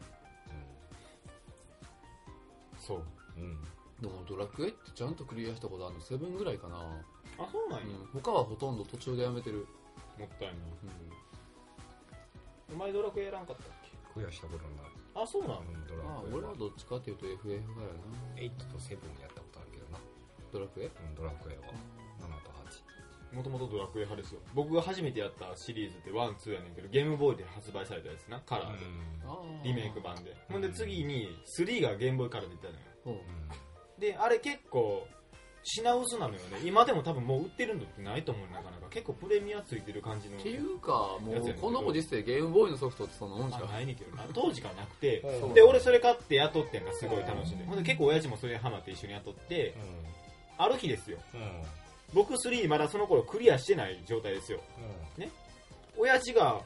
S1: そう。
S3: うん。うん。
S2: でもドラクエってちゃんとクリアしたことあるの7ぐらいかな。
S1: あ、そうなん
S2: う
S1: や。も
S2: ん。他はほとんど途中でやめてる。
S1: ったいない。
S2: うん。
S1: お前ドラクエやらんかったっけ
S3: クリアしたことない。
S1: あ、そうなの
S3: うんドラ
S2: まあ
S3: クエ
S2: 俺
S3: は
S2: はどっちかっていうと FF からやな。
S3: 8と7やったことあるけどな。
S2: ドラクエ
S3: うん、ドラクエは。7と8。
S1: もともとドラクエ派ですよ。僕が初めてやったシリーズって1、2やねんけど、ゲームボーイで発売されたやつな。カラーで。
S2: あー
S1: リメイク。版で。ほんで次に3がゲームボーイカラーで出たのよ。
S2: うん。
S1: で、あれ結構、品薄なのよね。今でも多分もう売ってるのってないと思うなかなか。結構プレミアついてる感じの。
S2: っていうか、も
S1: やつやねん
S2: う
S1: けど
S2: このご時世ゲームボーイのソフトってそんなもんじ
S1: あ
S2: ゃん。
S1: ないねんけどな。当時からなくて。
S3: うん
S1: で、俺それ買って雇ってんがすごい楽しんで。ほんで結構親父もそれハマって一緒に雇って、ある日ですよ。
S3: うん。うん。
S1: 僕3まだその頃クリアしてない状態ですよ。親父が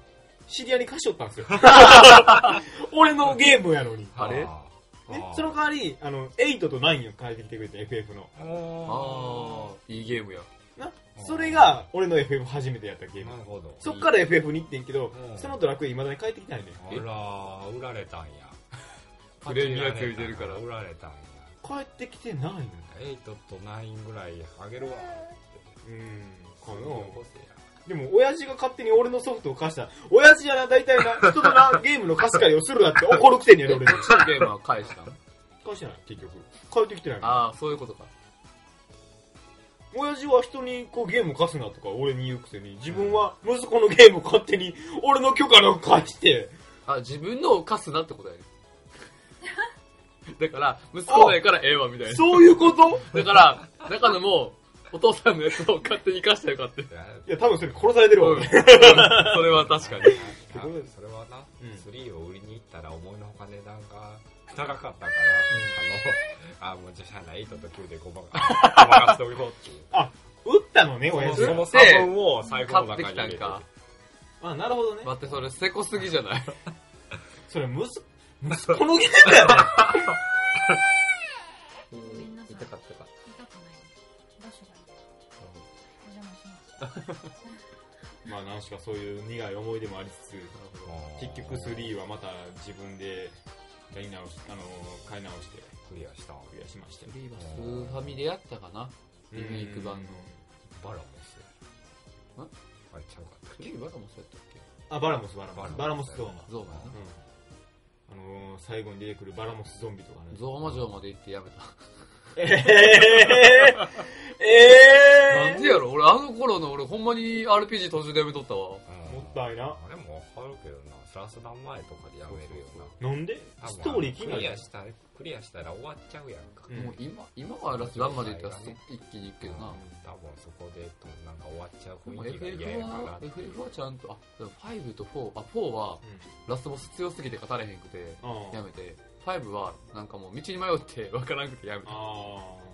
S1: 知り合いに貸しとったんですよ。俺のゲームやのに。
S2: あれ
S3: あー
S1: で
S3: あー
S1: その代わり、あの、8と9を変えてきてくれて、FF の。
S2: ああ、いいゲームや。
S1: な、それが俺の FF 初めてやったゲーム
S3: な。るほど。
S1: そっから FF に行ってんけど
S3: う、ん
S1: そのドラクエ未だに帰ってきてないね。
S3: あらー、売られたんや。
S2: プレミアついてるから
S3: 売られたんや。
S1: 帰ってきてないの
S3: 8と9ぐらいあげるわ
S1: うんか
S3: よこ
S1: な
S3: せや
S1: でも親父が勝手に俺のソフトを貸したら親父やな大体な人となゲームの貸し借りをするなって怒るくせにやる 俺に
S2: そのゲームは返したの
S1: 貸してない結局帰ってきてない
S2: ああ、そういうことか。
S1: 親父は人にこうゲーム貸すなとか俺に言うくせに自分は息子のゲームを勝手に俺の許可なく貸して
S2: あ、自分のを貸すなってことやね。 だから、息子のやからええわ、みたいな。
S1: そういうこと
S2: だから、中野も、お父さんのやつを勝手に貸したらよかったよ。
S1: いや多分それ殺されてるわ、
S2: うん。
S1: 俺
S2: それは確かに。
S3: 多分それはな、
S1: うん
S3: 3を売りに行ったら思いのほか値段が高かったから、あの、あもうじゃあない8と9でごまか、ごまかしておこうっていう。
S1: 撃ったのね親
S3: そ
S1: 父
S3: のそ
S1: が
S3: の差分を最後の
S2: 買って
S3: 中に
S2: き
S3: 入
S2: た
S3: れ
S2: ん
S3: て
S2: か。
S1: あなるほどね
S2: 待って、それ、せこすぎじゃない
S1: それ息息子のゲームだよね
S4: んなさい
S2: 痛かったか。
S4: 痛くない場所がいいお邪魔します
S1: まあ何しかそういう苦い思い出もありつつ
S3: もう
S1: 結局3はまた自分でやり直しあの買い直して
S3: クリアした。
S1: クリアしまして
S2: フリーはスーファミでやったかなリメイク版の。
S3: バラモス。
S2: ん
S3: あれちゃうかったっ
S2: キリバカもそうやったっ
S1: あバラモスバラモ
S3: バラモ
S1: ス
S3: ス
S1: バラモスゾーマ
S2: けゾーマやな。
S1: うんあのー最後に出てくるバラモスゾンビとかね
S2: ゾーマ城まで行ってやめた。
S1: えええ
S2: なんでやろ俺、あの頃の俺、ほんまに RPG 途中でやめとったわ。
S3: け
S1: もったいな
S3: あれもわかるけどな、スラスダン前とかでやめるよな。
S1: なんで
S3: 多分
S1: ストーリー気にな
S3: クリ
S1: る
S3: アしたら、クリアしたら終わっちゃうやんか。
S1: うん
S2: もう今、今はラスランまで行ったらそ一気に行くけどな。
S3: 多分そこで、なんか終わっちゃう
S2: でも
S3: 雰囲気が嫌
S2: FF
S3: やから
S2: は、。FF はちゃんと、あ、でも5と4、あ、4はラスボス強すぎて語れへんくて、
S1: うんあ
S2: や
S1: ー
S2: めて、5はなんかもう道に迷って分からんくてやめた。
S1: あー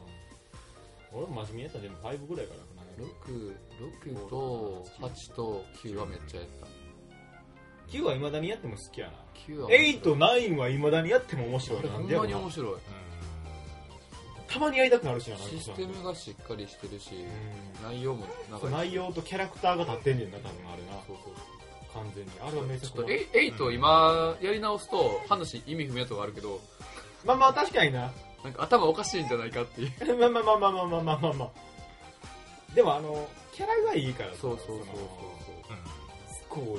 S1: 俺も真面目やったらでも5ぐらいかな
S2: 6、6と8と9はめっちゃやった。
S1: 9は未だにやっても好きやな
S2: 9は面
S1: 8
S2: 白
S1: と
S2: い、
S1: 9は未だにやっても面白い
S2: これ
S1: な
S2: ほ
S1: ん
S2: ん
S1: でやろ
S2: ま
S1: う
S2: に
S1: な
S2: 面白い。
S1: たまにやりたくなるしななんか
S2: システムがしっかりしてるし、
S1: う
S2: 内容も長いし
S1: ん内容とキャラクターが立ってんねんな多分あれな
S2: そうそう
S1: 完全にあれは名
S2: ち
S1: 作
S2: ょっとエイエイト今やり直すと話意味不明とかあるけど
S1: まあまあ確かにな
S2: なんか頭おかしいんじゃないかっていう
S1: まあまあまあまあまあまあまあまあまあでもあのキャラがいいから
S2: そうそうそうそう
S1: スコー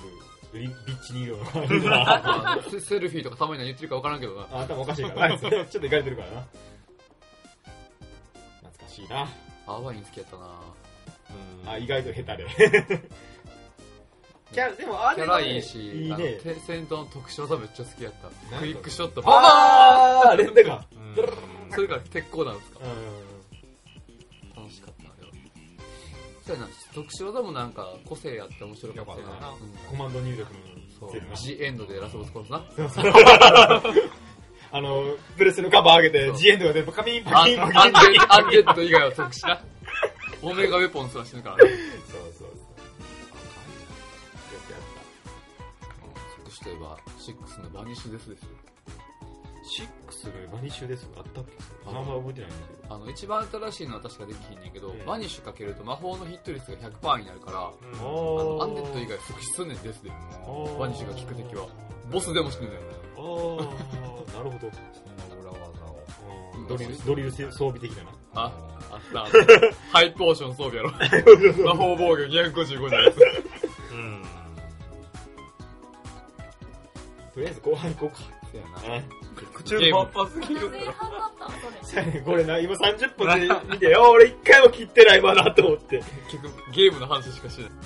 S1: ルリビッチニーロの 感じが
S2: ま あセセルフィーとかたまに何言ってるか分からんけどな
S1: あ頭おかしい からなちょっといかれてるからな懐かしいな
S2: アーワイン好きやったな
S1: あ意外と下手でキャラでもあ
S2: キ
S1: れ
S2: ャ
S1: は
S2: ラ
S1: ね
S2: いいし
S1: いい
S2: あの
S1: ね
S2: て戦闘の特殊技めっちゃ好きやったクイックショットババ
S1: ああレンタカー
S3: うん
S2: ーンそれが鉄鋼なんですか
S1: う
S2: 楽しかったあれはそうやな特殊技もなんか個性あって面白かったよ
S3: よかった
S2: な
S3: な
S2: うん
S1: んコマンド入力
S2: そ
S1: の
S2: う
S1: せいで な
S2: ジエンドでラスボス殺すな
S1: あの、プレスのカバー上げて、ジエンドが出て、パキンパ
S2: アン
S1: キ
S2: デ
S1: ンパキンパキン。
S2: ッアンデッド以外は特殊 な。オメガウェポンすら死ぬからね。
S1: そうそうそう。よくやっ
S2: 特殊といえば、6のバニッシュデスですよ。
S1: た。シックスのバニッシュです。あったっけあんま覚えてないんだけど。
S2: あの、一番新しいのは確かできひんねんけど、
S1: うん
S2: バニッシュかけると魔法のヒット率が100%になるから、あのアンデッド以外即死すんねんですで。
S1: 外
S2: バニッシュが効く敵は。ボスでも死ぬねん。
S1: あー、なるほど。
S3: その裏技を。
S1: うんドリル、ドリル装備的だな。
S2: あ、あ った。ハイポーション装備やろ。魔法防御255になるやつ。
S3: うん。
S1: とりあえず後半行こ
S2: そうやな
S1: うか。うん
S2: ゲーム
S3: パすぎ
S4: 完全にハマったわそれ
S1: そうやね これな、今30分で見て、あ俺一回も切ってないまだと思って。
S2: 結局、ゲームの話しかしない。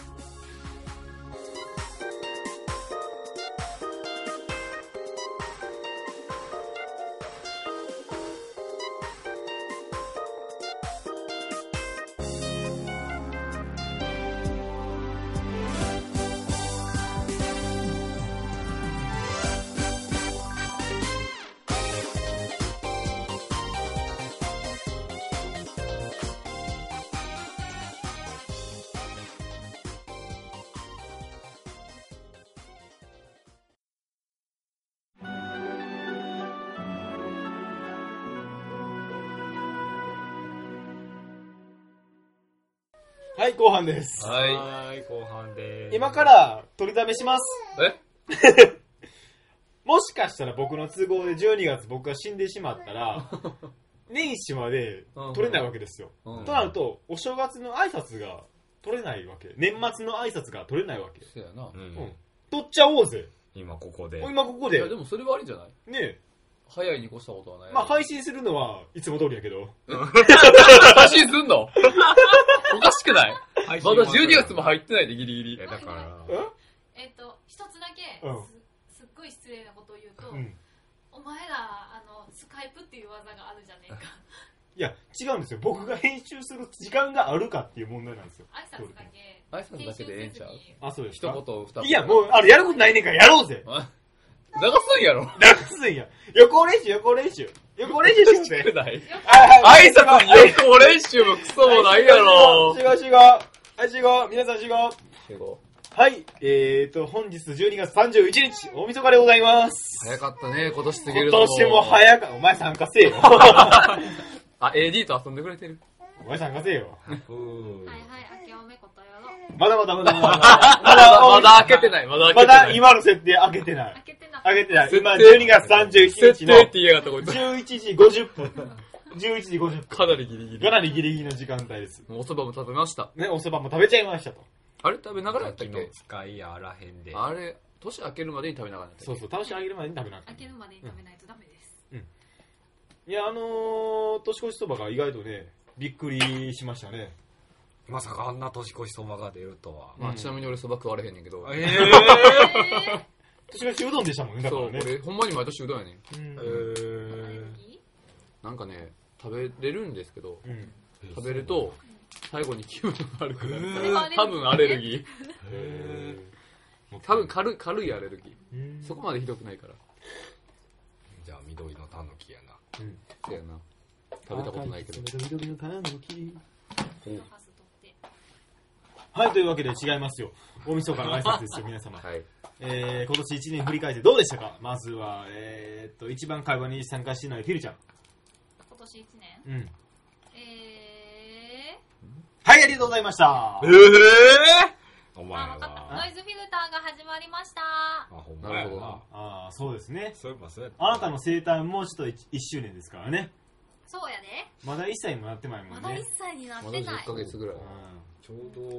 S1: はい、後半です。
S2: は
S3: はい、後半でーす。
S1: 今から取りだめします。
S2: い。 え
S1: もしかしたら僕の都合で12月僕が死んでしまったら、年始まで取れないわけですよ。
S2: うん
S1: となると、お正月の挨拶が取れないわけ。年末の挨拶が取れないわけ。
S2: そうやな
S3: う。
S1: うんん。取っちゃおうぜ。
S3: 今ここで。
S1: 今ここ
S2: い
S1: で
S2: や、。でもそれはありじゃない
S1: ね
S2: 早いに越したことはない。
S1: まあ配信するのはいつも通りやけど。
S2: 配信す んのおかしくない
S3: 配
S2: ま
S3: 信
S2: だ
S3: は
S2: 12月も入ってないでギリギ
S3: い
S2: リ
S3: や。だか
S1: う
S3: ら、
S4: えっと一つだけ
S1: うん
S4: すすっごい失礼なことを言うと、
S1: うん。
S4: お前らあのスカイプっていう技があるじゃねえか
S1: いや、違うんですよ。僕が編集する時間があるかっていう問題なんですよ。
S4: 挨拶だけ
S2: 挨拶だけでええんちゃう
S1: あ、そうです
S2: 一言
S1: か。
S2: 二言。
S1: いや、もう、あれ、やることないねんからやろうぜ
S2: あ。流す んやろ。
S1: 流すんや。予行練習、予行練習。予行練習しよう
S2: く
S1: ぜ。
S2: ない
S1: は
S2: 挨拶に予行練習もクソもないやろ。
S1: 集合集合。はい、集合。皆さん集合。
S2: 集合
S1: はい。えーと、本日12月31日、大晦日でございます。
S2: 早かったね、今年過ぎ
S1: 今
S2: るの
S1: 年も
S2: い。
S1: 早か、お前参加 せえよ。
S2: あ、AD と遊んでくれてる。
S1: お前参加せえよ。
S3: うん。
S4: はいはい明けおめことよろ
S1: まだまだまだまだ。
S2: まだ、まだ開けてない、まだ
S1: ま
S2: 開けてな
S1: だ
S2: い。
S1: 今の設定開けてない
S4: 開。けてな
S1: 開けてない。今、
S2: 設定
S1: 12月31
S2: 設
S1: 日
S2: 定
S1: の
S2: って言いやがった、こいつ。
S1: 11時50分。11時50分。
S2: かなりギリギリ
S1: か。なりギリギリの時間帯です。
S2: もうお蕎麦も食べました。
S1: ね、お蕎麦も食べちゃいましたと。
S2: あれ食べながらやったっ
S3: 時の
S2: け
S3: 使いやあらへんで。
S2: あれ、年明けるまでに食べながらやったっけ
S1: そうそう、楽しあげる前に食べなく
S4: 開け
S1: て
S4: る。までに食べないとダメ です、
S1: いや、あのー、年越しそばが意外とね、びっくりしましたね。
S3: まさかあんな年越しそばが出るとは。
S2: まあ、ちなみに俺そば食われへんねんけど。
S3: え
S4: え
S1: 年越しうどんでしたもんね、だか
S2: そ
S1: ら
S2: う、
S1: ね。
S2: 俺、ほんまに毎年うどんやねん。
S1: うん
S3: ー。
S4: ー、前
S3: え
S4: 向き
S2: なんかね、食べれるんですけど、
S1: うん。
S3: ー
S2: 食べると、最後に気分悪くな
S4: う
S2: る
S4: わ
S2: から、多分アレルギー。
S3: へ
S1: もう
S2: 多分軽い軽いアレルギ
S1: う
S2: ー。
S1: ん
S2: そこまでひどくないから。
S3: ーじゃあ緑のタヌキやな。
S1: うん
S2: そうやな。食べたことないけど。
S4: ファス取って
S1: はい、というわけで違いますよ。大晦日の挨拶ですよ、皆様。
S2: はい。
S1: えー、今年1年振り返ってどうでしたかまずは、えー、っと、一番会話に参加してないフィルちゃん。
S4: 今年一年
S1: うん。
S4: えー
S1: はい、ありがとうございました。
S3: お前
S4: あ、わかった。
S3: は。
S4: ノイズフィルターが始まりました
S3: あ、。ほんまや
S2: なるほ
S3: な
S2: ど。
S1: ああ、そうですね。
S3: そういえばそうやった
S1: あなたの生誕もうちょっと 1, 周年ですからね。
S4: そうやで。
S1: まだ1歳もなってないも
S4: ま
S1: ん
S4: だ1
S1: ね。
S4: 歳になっ
S2: ま
S4: て
S2: だ
S4: ない。
S2: 10ヶ月ぐらい。
S1: う
S3: ちょうどもう、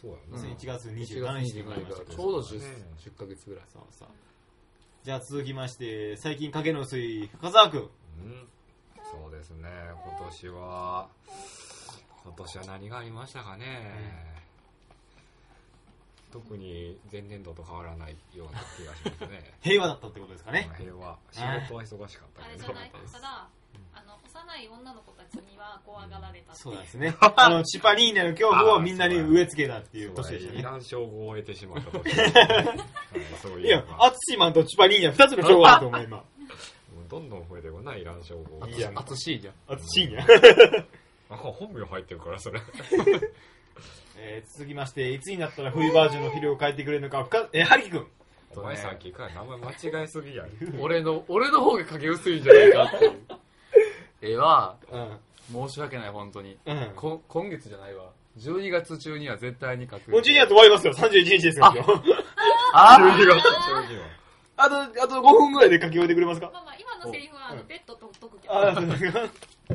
S3: そうや
S1: ん。
S2: うん
S3: な。
S1: 1月27日
S2: 1
S1: でご
S2: 月2ぐ
S1: ざ
S2: ら
S1: い
S2: い
S1: ま
S2: か
S1: した
S2: ら、
S1: け
S2: ち
S1: ど
S2: ょうど 10,
S3: ね
S2: 10ヶ月ぐらい。
S1: そうそう。じゃあ続きまして、最近影の薄い深沢くん。。
S3: うんそうですね、今年は、今年は何がありましたかね。特に前年度と変わらないような気がしますね
S1: 平和だったってことですかね。
S3: まあ平和。仕事は忙しかった
S4: あ
S3: け
S4: れ
S3: ど。
S4: じゃないただ、あの、幼い女の子たちには怖がられたって
S1: そう
S4: いう。
S1: ですね。あの、チパニーナの恐怖をみんなに植え付けたっていう
S3: そう
S1: 年でした
S3: イ
S1: ね
S3: ラ。ン称号を得てしまった年ですねはいそう
S1: い
S3: い
S1: や
S3: う、
S1: アツシマンとチパニーニャ二つの情報だと思う、今。
S3: どんどん増えてこないイラン称号が
S1: いいやん
S2: あと C じゃん。
S1: アツシーニャ。
S3: あ本名入ってるからそれ
S1: えー続きまして、いつになったら冬バージョンの肥料を変えてくれるのか、深えー、ハリキ君。
S3: お前さっきから名前間違えすぎやん
S2: 俺の、俺の方が影薄いんじゃないかっていう。絵は、
S1: うん。
S2: 申し訳ない、本当に。
S1: うん。
S2: こ今月じゃないわ。12月中には絶対に書く。
S1: もうジュニアと終わりますよ、31日ですよ、今日。
S2: あ
S3: 急に
S2: ー
S3: は急には
S1: あと、あと5分ぐらいで書き終えてくれますか
S4: まあまあ、今のセリフは、あの、
S1: うん
S4: ペットと解くけど。
S1: ああ、そうですか。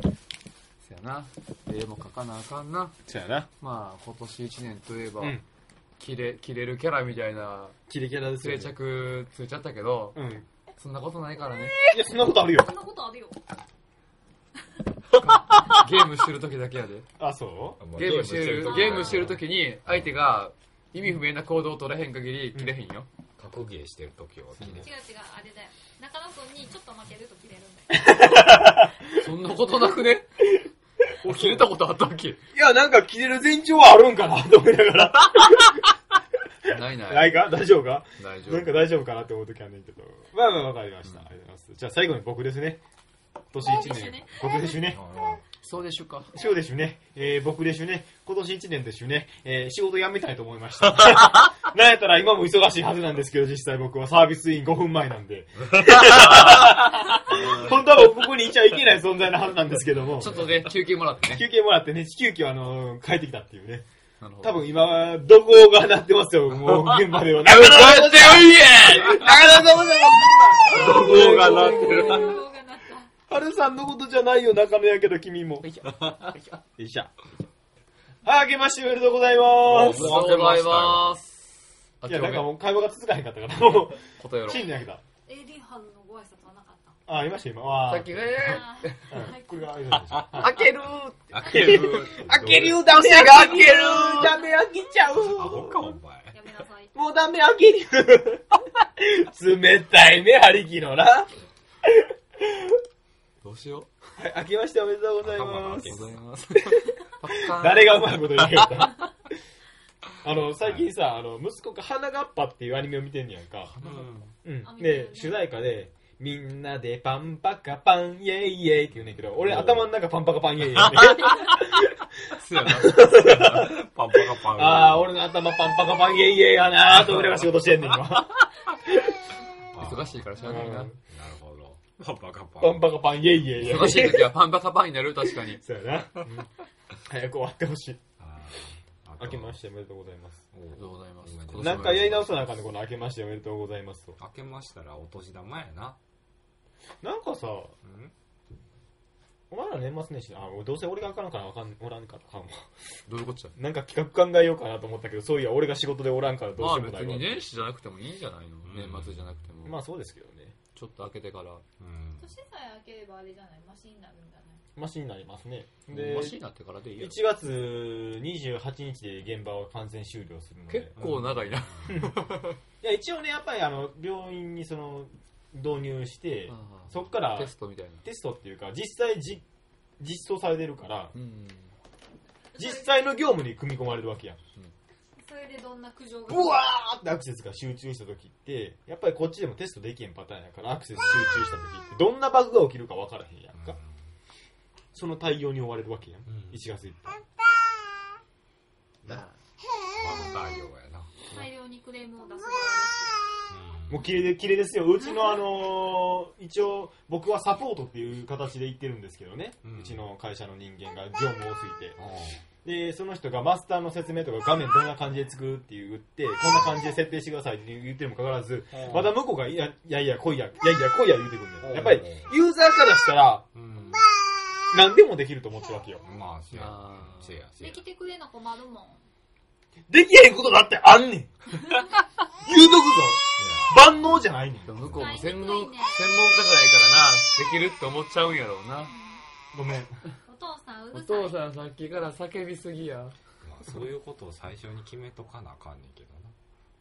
S2: そやな。絵も書かなあかんな。
S1: そうやな。
S2: まあ、今年1年といえば、
S1: うん。
S2: 切れ、切れるキャラみたいな、
S1: キレキャラで
S2: 定
S1: ね。
S2: 着ついちゃったけど、
S1: うん。
S2: そんなことないから ね。
S1: いや、そんなことあるよ。
S4: そんなことあるよ。
S2: ゲームしてる時だけやで。
S1: あ、そう
S3: もう
S2: ゲームしてる、
S3: 時
S2: ゲームしてる時に、相手が意味不明な行動を取れへん限り、切れへんよ。
S3: 格ゲーしてる時は
S4: 違う違う、あれだよ。中野くんにちょっと負けると切れるんだよ。
S2: そんなことなくね俺切れたことあったっけ
S1: いや、なんかキレる前兆はあるんかな、と思いながら。
S2: ないな い。
S1: ないか大丈夫か
S2: 大丈
S1: なんか
S2: 夫。
S1: 大丈夫かなって思う時はねんけど。まあまあわかりました。ありがとうございます。じゃあ最後に僕ですね。今年1
S4: 僕です
S1: 年
S4: ね。
S1: 僕ですね。
S2: そうでしょうか。
S1: そうですね。えー、僕ですね。今年1年ですね。えー、仕事辞めたいと思いま した。なんやったら今も忙しいはずなんですけど、実際僕はサービス員5分前なん で。本当は僕ここにいちゃいけない存在なはずなんですけども
S2: ちょ。っとね、休憩も らってね。
S1: 休憩もらってね、急遽あのー帰ってきたっていうね。
S2: なるほど
S1: 多分今は、怒号が鳴ってますよ、 もう現場では。なかなか
S2: やってよいえ
S1: なかなかなかなか
S3: 動画なってる
S4: 動画になった。
S1: 春さんのことじゃないよ、中野やけど、君も。よ
S6: いしょいしょ
S1: いしょ。あ、明けましておめでとうございます。
S6: おめでとうございます。あ、
S1: い
S6: 今
S1: や、
S6: 日
S1: なんか
S6: ね、
S1: もう会話が続かへんかった から、も
S6: ことや
S1: う、
S6: ろ。
S1: チームやけた。
S4: えー、リンハンのご挨拶はなかった。
S1: あ、いました、今。わ
S6: さ
S1: ー
S6: っき、え
S4: あ
S1: うん
S4: ー
S1: これが挨拶でしょ
S6: ー、開ける
S3: 開ける。
S1: 開ける
S3: よ。
S1: よ、ダメ開けるダメ開けちゃう
S3: あ、ほか、お前。
S4: やめなさい。
S1: もうダメ開ける冷たいね、張り切のな。は
S2: どうしよう。
S1: い、明けましておめでとうござい
S3: 頭が
S1: ま
S3: 開
S1: す
S3: け。
S2: ございます。
S1: 誰がうまいこと言えたあの、最近さ、あの、息子が花がっぱっていうアニメを見てんねやんか。うん
S4: あ。見てる
S1: で
S4: ね、
S1: 主題歌で、みんなでパンパカパンイェイイェイって言うねんけど、俺頭の中パンパカパンイェイイェイやねん。
S3: すやな。そうやなパンパカパン。
S1: ああ、俺の頭パンパカパンイェイイェイやなーと俺は仕事してんねん、今。
S3: あー
S2: 忙しいからしゃあないな。
S3: なるほど。パンパカパン。
S1: パンパカパンイェイイェイや
S2: 忙しい時はパンパカパンになる、確かに。
S1: そうやな。早く終わってほしい。
S3: あー
S1: 明けましておめでとうございます。
S3: お
S2: ありがとうございます。
S3: おめでとう
S1: なんかやり直さなあかんね、この明けましておめでとうございますと。
S3: 明けましたらお年玉やな。
S1: なんかさ、
S3: うん
S1: お前ら年末年始、あ、どうせ俺があかんからあかん、おらんからあかんわ。
S2: どういうことじ
S1: なんか企画考えようかなと思ったけど、そういや俺が仕事でおらんから
S2: ゃ
S1: ど
S2: ま
S1: うし
S2: あ
S1: ようもな
S2: 別
S1: いわ。
S2: に年始じゃなくてもいいじゃないの。年末じゃなくて
S1: ま
S2: も。
S1: あそうですけどね。
S2: ちょっと開けてから。
S3: うん。
S4: 年さえ開ければあれじゃない、マシになるんじゃない
S1: マシになりますね。で、
S2: 欲しい
S1: 1
S2: なってからでいいやろ。
S1: 月28日で現場は完全終了するので
S2: 結。構長いな。
S1: いや、一応ね、やっぱりあの、病院にその、導入して、そっから
S2: テストみたいな。
S1: テストっていうか、実際じ実装されてるから、
S2: うん。
S1: 実際の業務に組み込まれるわけやん。
S4: それでどんな苦情が
S1: ブワーってアクセスが集中した時って、やっぱりこっちでもテストできへんパターンやから、アクセス集中した時って、どんなバグが起きるか分からへんやんか。その対応に追われるわけやん。
S3: ん
S1: 1月いっぱい。
S3: まあ、太陽やな。
S4: 大量にクレームを出す
S1: もう綺麗で、綺麗ですよ。うちのあのー一応、僕はサポートっていう形で言ってるんですけどね。
S3: う
S1: うんちの会社の人間が業務をついて。
S3: うん。
S1: で、その人がマスターの説明とか画面どんな感じで作るって言って、こんな感じで設定してくださいって言ってるにもかかわらず、また向こうが、いや、いやいや、来いや、いやいや、来いや言うてくるんだよ。やっぱり、ユーザーからしたら、
S3: うん。
S1: 何でもできると思ってるわけよ。
S3: まあ、せや。
S2: あ
S3: せや、せ
S4: で
S3: や。
S4: きてくれな困るもん。
S1: できへんことだってあ んねん言うとくぞ万能じゃないねん。
S2: でも向こうも専門、専
S4: 使い
S2: 門家じ
S4: にくいね
S2: ゃないからな、できるって思っちゃうんやろうな。
S1: ごめん。
S4: お父さんう
S2: お
S4: るさい。
S2: 父さんさっきから叫びすぎや。
S3: まあ、そういうことを最初に決めとかなあかんねんけどな。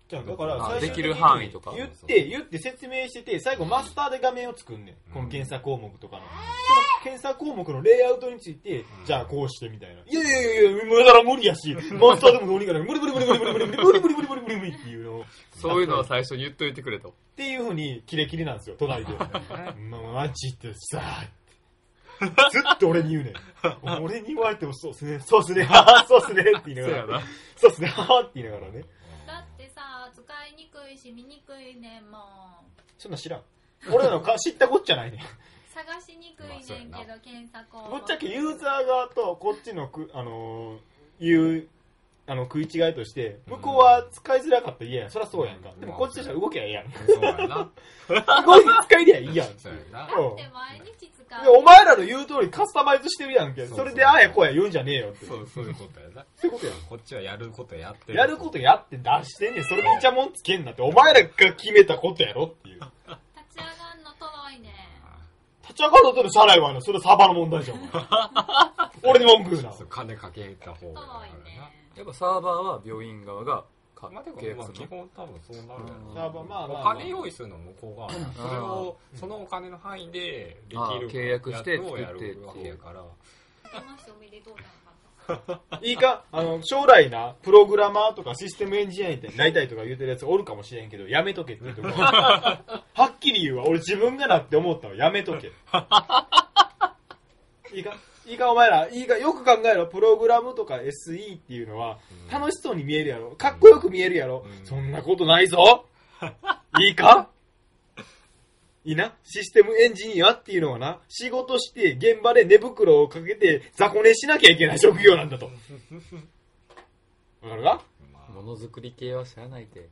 S1: じゃあ、だから
S2: あ
S1: 最終
S2: で
S1: 的
S2: き
S1: に
S2: る範囲とか。
S1: 言って、言って説明してて、最後マスターで画面を作んねん。この検査項目とかの。その検査項目のレイアウトについて、じゃあこうしてみたいな。いやいやいやいや、無駄ら無理やし、マスターでもどうにかなる。無理無理無理無理無理無理無理無理無理無理無理無理っていうのを。っ
S2: そういうのは最初に言っといてくれと。
S1: ていうふうに、キレキレなんですよ、隣で。まあ、マジでさ、ずっと俺に言うねん。俺に言われてもそうっすね、そうっすね、ははそうっすねって言いな
S2: そうや
S1: がら
S2: な。。
S1: そうっすね、ははって言いながらね。
S4: だってさ、使いにくいし見にくいねんもん。
S1: そんなん知らん。俺らのか知ったこっちゃないねん。
S4: 探しにくいねん
S3: まあ
S4: け
S3: そう
S4: ど、検索を。
S1: ぶっちゃけユーザー側とこっちのく、あのー、言う、あの、食い違いとして、向こうは使いづらかったら嫌やん。そりゃそうやんか。でもこっちとしては動けばいいやん。
S3: そうやな。
S1: 動いて使いりゃいいやん。
S3: そうやな。
S4: だって毎日使
S1: でお
S4: う。
S1: 前らの言う通りカスタマイズしてるやんけ。
S3: そう
S1: それでああやこうや言うんじゃねえよって。
S3: そう、そういうことやな。
S1: そういうことやん。
S3: こっちはやることやって
S1: やることやって出してんねん。それでイチャモンつけんなって。お前らが決めたことやろっていう。
S4: 立ち上がんのとろいねん。
S1: 立ち上がるとでサライはな。それサバの問題じゃ ん。お前俺に文句言うな。
S3: そう金かけた方
S4: と
S3: が
S4: ろい
S3: や
S4: ねん。
S2: やっぱサーバーは病院側がか
S3: な。まあ、でも
S2: 契、約
S3: まあ、
S2: す
S3: 基
S2: るの。
S3: 本多分そうなるやろ
S1: まあまあまあまあ
S3: お金用意するのは向こう側やなそれを、そのお金の範囲で
S2: あ
S3: でき
S2: ー
S3: る
S2: 契約して
S3: やつをや
S2: 作っ
S3: る
S2: てっていう
S3: わけやから。
S4: 明けましておめでとうじゃなかった。
S1: いいか、あの、将来な、プログラマーとかシステムエンジニアになりたいとか言うてるやつおるかもしれんけど、やめとけって言う とこはっきり言うわ。俺自分がなって思ったわ。やめとけ。いいか、いいかお前ら、いいか、よく考えろ。プログラムとか SE っていうのは、楽しそうに見えるやろ。かっこよく見えるやろ。
S3: うん
S1: そんなことない ぞ。いいかいいな、システムエンジニアっていうのはな、仕事して現場で寝袋をかけて雑魚寝しなきゃいけない職業なんだと。わかるか
S3: まあ、
S2: ものづくり系は知らないて。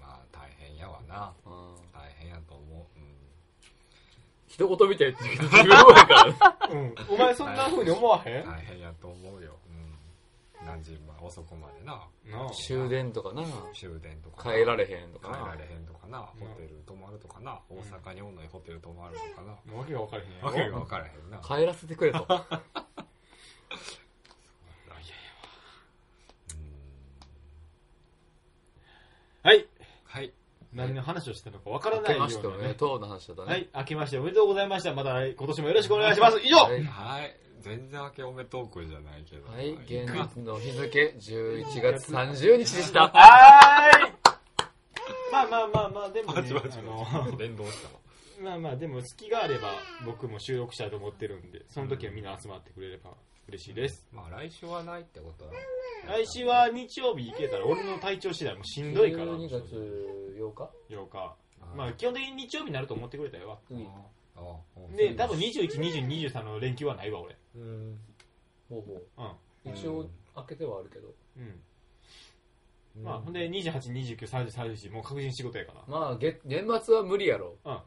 S3: まあ、大変やわな。
S2: うん
S3: 大変やと思う。うん
S2: 一言見てって言うと自分多いからね。
S1: うん。お前そんな風に思わへん
S6: 大変やと思うよ。うん。何時まで遅くまでな。
S1: なあ
S2: 終電とかな、
S6: 終電とかな。
S2: 帰られへんと
S6: 帰
S2: かな。
S6: られへんとかな。ホ
S1: うん
S6: テル泊まるとかな。大阪におんのにホテル泊まるとかな。
S1: わけが分からへんやろ。
S6: わけが分からへんな。
S2: 帰らせてくれと。
S1: はい。
S6: はい。
S1: 何の話をしてたのか分から
S2: 明
S1: ない
S2: け
S1: よ
S2: ましてお
S1: うな
S2: めで
S1: ね。
S2: とうの話だったね。
S1: はい。明けましておめでとうございました。また今年もよろしくお願いします。以上
S2: はい。
S6: はい。全然明けおめトークじゃないけど。
S2: はい、現実の日付11月30日でした。
S1: はーい。まあまあまあまあ、でも、
S6: 待
S1: ね
S6: ち、待ち
S1: あ
S6: 待
S1: の
S6: ち。、連動したわ。
S1: まあまあ、でも隙があれば僕も収録したいと思ってるんで、その時はみんな集まってくれれば嬉しいです。
S6: まあ来週はないってことだ。
S1: 来週は日曜日行けたら俺の体調次第もうしんどいから。
S2: 12月8日
S1: 8日。
S6: あ
S1: まあ基本的に日曜日になると思ってくれたよ。
S2: うん。
S6: あうん
S1: で、多分21、20、23の連休はないわ、俺。
S6: うん。
S2: ほうほう。
S1: うん。
S2: 一応、開けてはあるけど。
S1: うん。まあ、ほんで、28、29、30、31、もう確実に仕事やから。
S2: まあ、げ年末は無理やろ。
S1: うん。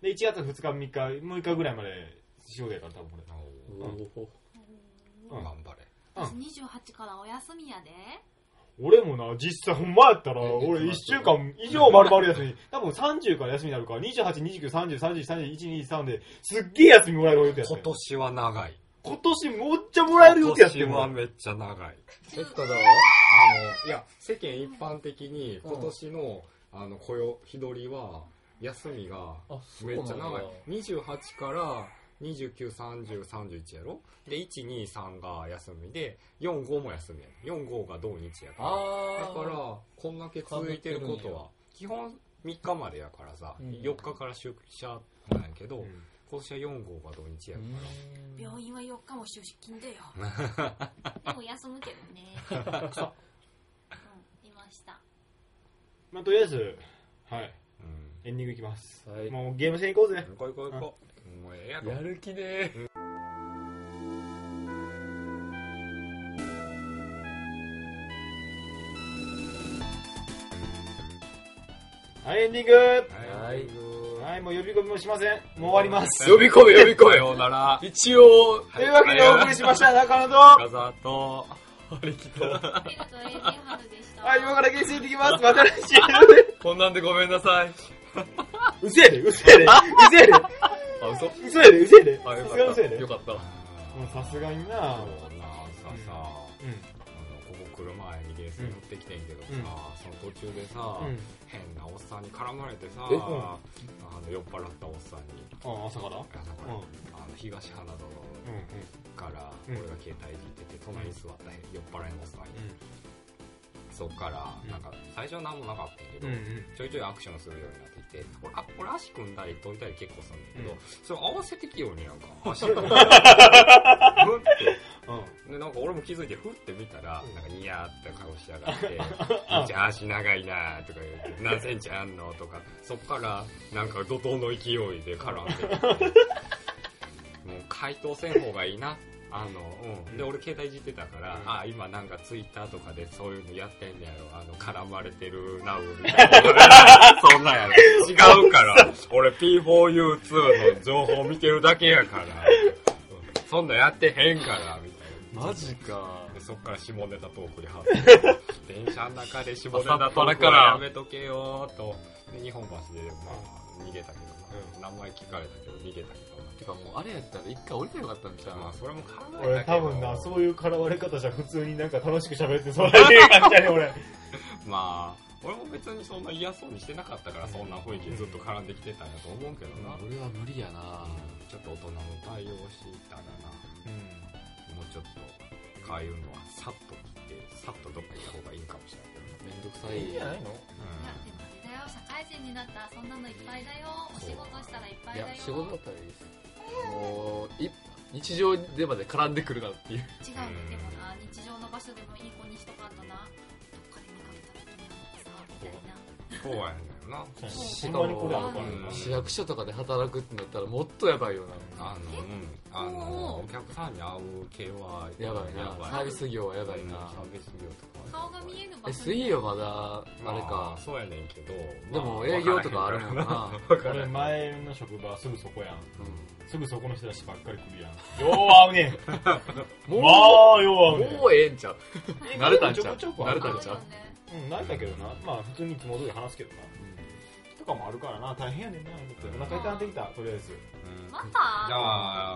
S1: で、1月2日、3日、6日ぐらいまで仕事やから、多分
S6: あ
S2: おお
S1: 俺。うん。
S6: 頑張れ。
S4: 私28からお休みやで。
S1: 俺もな、実際ほんまやったら、
S2: え
S1: 俺1
S2: いつ
S1: 週間以上丸々休み。多分30から休みになるから、28、29、30、31、31、2、3で、すっげえ休みもらえる予定やった
S6: 今
S1: よ。
S6: 年は長い。
S1: 今年もっちゃもらえる予定やった
S6: 今年は
S1: よ。
S6: めっちゃ長い。
S2: セットだわ。
S6: あの、いや、世間一般的に今年の、あの、雇用、日取りは、休みが
S2: あ、そう
S6: めっ
S2: なん
S6: ち
S2: だ
S6: ゃ長い。28から、29、30、31やろで、1、2、3が休みで、4、5も休みやね。4、5が同日やから。だ
S2: あー。
S6: から、こんだけ続いてることは、基本3日までやからさ、
S2: うん
S6: 4日から出社なんやけど、
S1: うん
S6: 今年は4号が土日や
S2: う
S6: か
S2: ん
S4: 病院は4日も出 勤だよ。でも休むけどね。うん、いました。
S1: まあ、とりあえず、はい、
S6: ら。う
S1: エンディングいきます。
S2: はい
S1: もうゲーム戦行こうぜ。
S6: ん。行こう行こう行こう。もうええやろ。
S2: やる気ねー。
S1: はい、エンディング
S2: はい
S6: エンディング
S1: はい、もう呼び込みもしません。もう終わり ます。
S2: 呼び込め呼び込
S6: さ
S2: め
S6: ようなら。
S2: 一応、
S1: というわけでお送りしました、中野と。は
S6: 深澤 と、
S4: ありがとう、エイジンハルでした。
S1: い、今からゲーセン行ってきます。また来週。
S2: こんなんでごめんなさい。
S1: うせえで、うせえで、うせえで、
S2: あ、嘘
S1: うせえで、うせえで。
S2: あ、
S1: さ
S2: よ
S1: すがう
S2: かっ
S1: せえ
S2: た。
S1: で。も
S2: よかったわ。
S1: うさすがにな
S6: そうなさ
S1: う
S6: さ、あの、ここ来る前にゲーセン乗ってきてんけどさ、
S1: うん
S6: その途中でさ、
S1: ん。うん。
S6: 変なおっさんに絡まれてさ、
S2: えうん
S6: あの、酔っ払ったおっさんに、
S1: あ、朝から
S6: あの
S1: うん。うん。
S6: あの東花園から、
S1: うん
S6: 俺が携帯いじってて、隣に座ったへん酔っ払いのおっさんに、そっから
S1: う、ん
S6: なんか、最初は何もなかったんやけ
S1: う
S6: ど、
S1: ん。うん。
S6: ちょいちょいアクションするようになってきて、俺、あ俺足組んだり取りたり結構するんだけど、
S1: うん
S6: それ合わせてきようね、なんか。 足組んだり。ふって。
S1: うん。
S6: で、なんか俺も気づいて、ふって見たら、なんかニヤーって顔しや がって、じゃあ足長いなーとか言って、何センチあんのとか、そっから、なんか怒涛の勢いで絡んで きて、もう回答せん方がいいな。あの、うん。で、俺携帯いじってたから、
S1: うん
S6: あ、今なんかツイッターとかでそういうのやってんだよ。あの、絡まれてるな、みたい な。そんなんやろ。違うから。俺 P4U2 の情報見てるだけやから。うんそんなんやってへんから、みたいな。
S2: マジか。
S6: で、そっから下ネタトークに発 展。電車の中で下ネタトークはやめとけよーと。で、日本橋で、まあ、逃げたけど、まあ名前聞かれたけど、逃げたけどな。
S2: てかもうあれやったら一回降りたらよかったんちゃう
S6: まあ、それも考えたけど。
S1: 俺多分な、そういう絡まれ方じゃ普通になんか楽しく喋ってそうな映画みたいに俺。
S6: まあ、俺も別にそんな嫌そうにしてなかったから、そんな雰囲気ずっと絡んできてたんやと思うけどな。
S2: 俺は無理やな
S6: ちょっと大人の対応したらな、もうちょっと、ああいうのはさっと切って、さっとどっか行った方がいいかもしれない
S2: めんどくさ
S1: うん。いいん
S2: い。
S1: じゃないの
S4: い
S6: け
S4: やでもあれだよ社会人になったらそんなのいっぱいだよお仕事したらいっぱい
S2: い
S4: だ
S2: や
S4: よ、
S2: 仕事だったらいいです。もう、い日常でまで絡んでくるなっていう。
S4: 違うよでもな日常の場所でもいい子にしとかんとなどっかで見かけた時にあのさみたいな
S6: ど。うん。そうやねん。よな。
S2: しか
S1: ほんまにこれある
S2: も
S1: からな
S2: 市役所とかで働くってなったらもっとやばいよ
S6: あの、うんあの、お客さんに会う系は、
S2: なやばいな
S6: やばい。
S2: サービス業はやばいな、
S6: サービス業と
S4: 顔
S6: か。
S4: が見える場
S2: え
S4: 所
S2: 水曜まだあれ
S6: ま
S2: か
S6: あ、そうやねんけど。
S2: でも営業とかあるもんな、
S1: 俺前の職場すぐそこやん
S2: う
S1: すぐそこの人たちばっかり来るやんよう合うね
S2: んもう
S1: まあよう合うね
S2: もうええんちゃう慣れたんち
S1: ち
S2: ゃ
S1: ょ
S2: う
S1: こちょこ
S2: 慣
S1: あ
S2: れ
S1: る
S2: たんちゃ
S4: そううね
S1: うん慣れたけどなまあ普通にいつも通り話すけどなとかもあるからな大変やねんな思ってお腹痛なってきたとりあえず
S6: うん
S4: ま
S6: じ
S4: た
S6: ゃ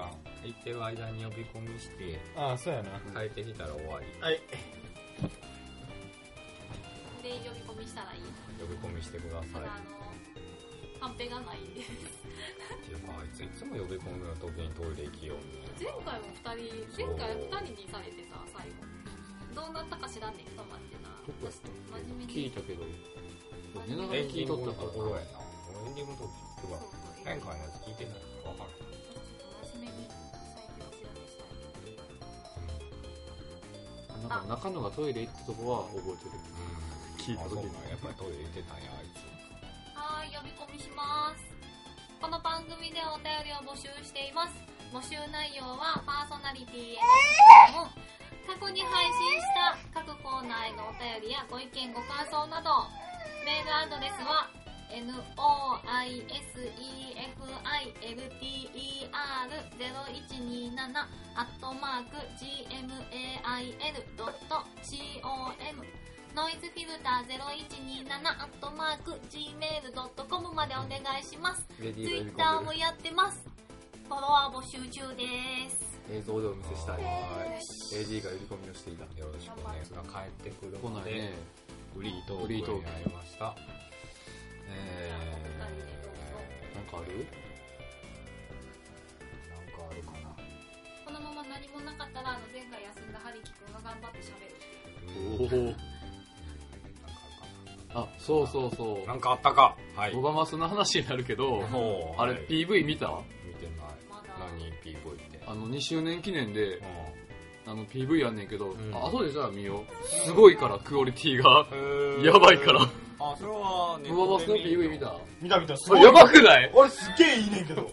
S6: あ、行ってる間に呼び込みして、
S1: ああそうやな
S6: 帰ってきたら終わり。
S1: はい
S4: で呼び込みしたらいい
S6: 呼び込みしてください。
S4: ただあのカンペがないんで
S6: っていうか、あいついつも呼び込みの時にトイレ行きようね。
S4: 前回も二人前回二人にされてさ最後どうなったか知らんねんちょっと待ってな私真面目
S2: 聞い
S4: に
S2: たけど
S4: 真面目
S6: エ
S4: に
S6: ンディングのところやな。エンディングのとこ聞
S4: そう
S6: くわ
S4: そう。
S6: 前回のやつ聞いてないから分からん。
S4: 真面目に最近お知らせしたい
S2: なんか中野がトイレ行ったとこは覚えてる聞いた
S6: あ、
S2: 時
S6: そうな
S2: に
S6: んややっぱりトイレ行ってたんや、あいつ。
S4: はーい、呼び込みします。この番組でお便りを募集しています。募集内容はパーソナリティへの質問、過去に配信した各コーナーへのお便りやご意見ご感想など、メールアドレスは noisefilter0127 アットマーク gmail.com ノイズフィルター0127アットマーク gmail.com までお願いします。
S2: レディ
S4: ツイ
S2: ー
S4: ッ
S2: が
S4: タ
S2: 呼び込ん
S4: ーも
S2: でる
S4: やってます。フォロワー募集中です。
S2: 映像でお見せしたい
S6: は
S2: AD が呼び込みをしていた
S6: よろしくお願いします。帰ってくる
S2: 来
S6: の
S2: ないね
S6: で、フリートークになりました。えー、
S2: なんかある
S6: なんかあるかな。
S4: このまま何もなかったら、あの前回休んだハリキ君が頑張って喋る。
S6: うんなんか
S2: おお
S6: あ
S2: あそうそうそ
S6: るかな
S2: う
S6: なんかあったかはい。
S2: 小川その話になるけど
S6: もう
S2: あれ
S6: はい
S2: PV 見た
S6: 見てない。
S4: まだ。
S6: 何 ?PV って。
S2: あの2周年記念であの PV やんねんけど、
S6: ん
S2: あ後でじゃあ見ようすごいからクオリティが
S6: うん
S2: やばいから。
S6: あ、それはネッ
S2: 小川
S6: ト
S2: その
S6: で見る
S2: PV 見た
S1: 見た見たす
S2: それやばくない
S1: 俺すげえいいねんけど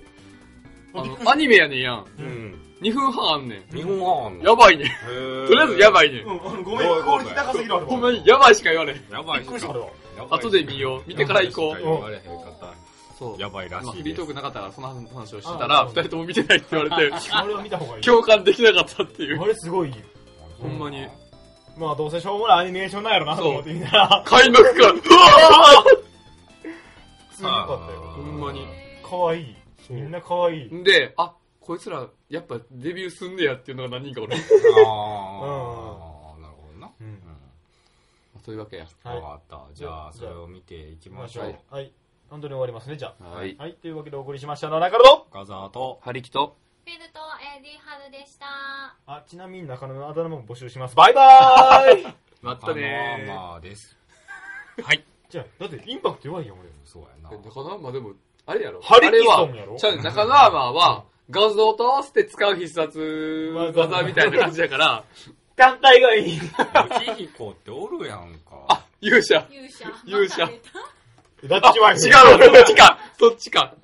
S2: あのアニメやねんやん
S6: うん。
S2: 2分半あんねん
S6: 日本半
S2: やばいねん
S6: へー
S2: とりあえずやばいねん
S1: うんあのごめんクオリティ高すぎるあれ
S2: ほんまにやばいしか言われへん
S6: やばい。
S1: びっくりしたあれは
S6: やばい
S2: 後で見よう見てから行こ
S6: やばいしか言われへんかっ
S2: うそう
S6: たやばいら
S2: まあ
S6: し
S2: フ
S6: い
S2: リー
S6: で
S2: トー
S6: す。
S2: クなかったからその話をしてたら
S1: あ
S2: 2人とも見てないって言われて
S1: あれは見た方がいい
S2: 共感できなかったっていう
S1: あれすごいいい
S2: ほんまに
S1: まあどうせしょうもないアニメーションなんやろなと思って見たら
S2: 開幕感うわ
S1: 普通によかった
S6: あー
S1: よ
S2: ほんまに
S1: 可愛いみんな可愛い
S2: ーん であこいつらやっぱデビューすんねやっていうのが何人か俺
S6: あー、なるほどな。
S1: うん
S2: そういうわけや
S1: はい
S6: わかった。じゃあ、それを見ていき
S1: 行きま
S6: ま
S1: し
S6: し
S1: ょ
S6: ょ
S1: う
S6: う。
S1: はい本当に終わりますねじゃあ
S2: はい
S1: はいというわけでお送りしましたのは中野と
S6: 深澤と、
S2: 張り切と
S4: フィルと AD ハルでした。
S1: あちなみに中野のあだ名も募集しますバイバーイ
S2: ま
S6: カ
S2: た
S6: ノ
S2: ねー
S6: アマーです。
S1: じゃあだってインパクト弱いよ俺
S6: そうやな。
S2: え中野アーマーでも、あれやろ
S1: ハリ
S2: あれ
S1: キソ
S2: は
S1: ンやろ、
S2: ちゃうね中野アーマーは、画像と合わせて使う必殺技みたいな感じや から、
S1: 単体が いい
S6: ユキヒコっておるやん か。
S2: あ、勇者。
S4: 勇者。
S2: 勇者
S4: また出た
S1: だって
S2: 違うわ、そっちか。そっちか。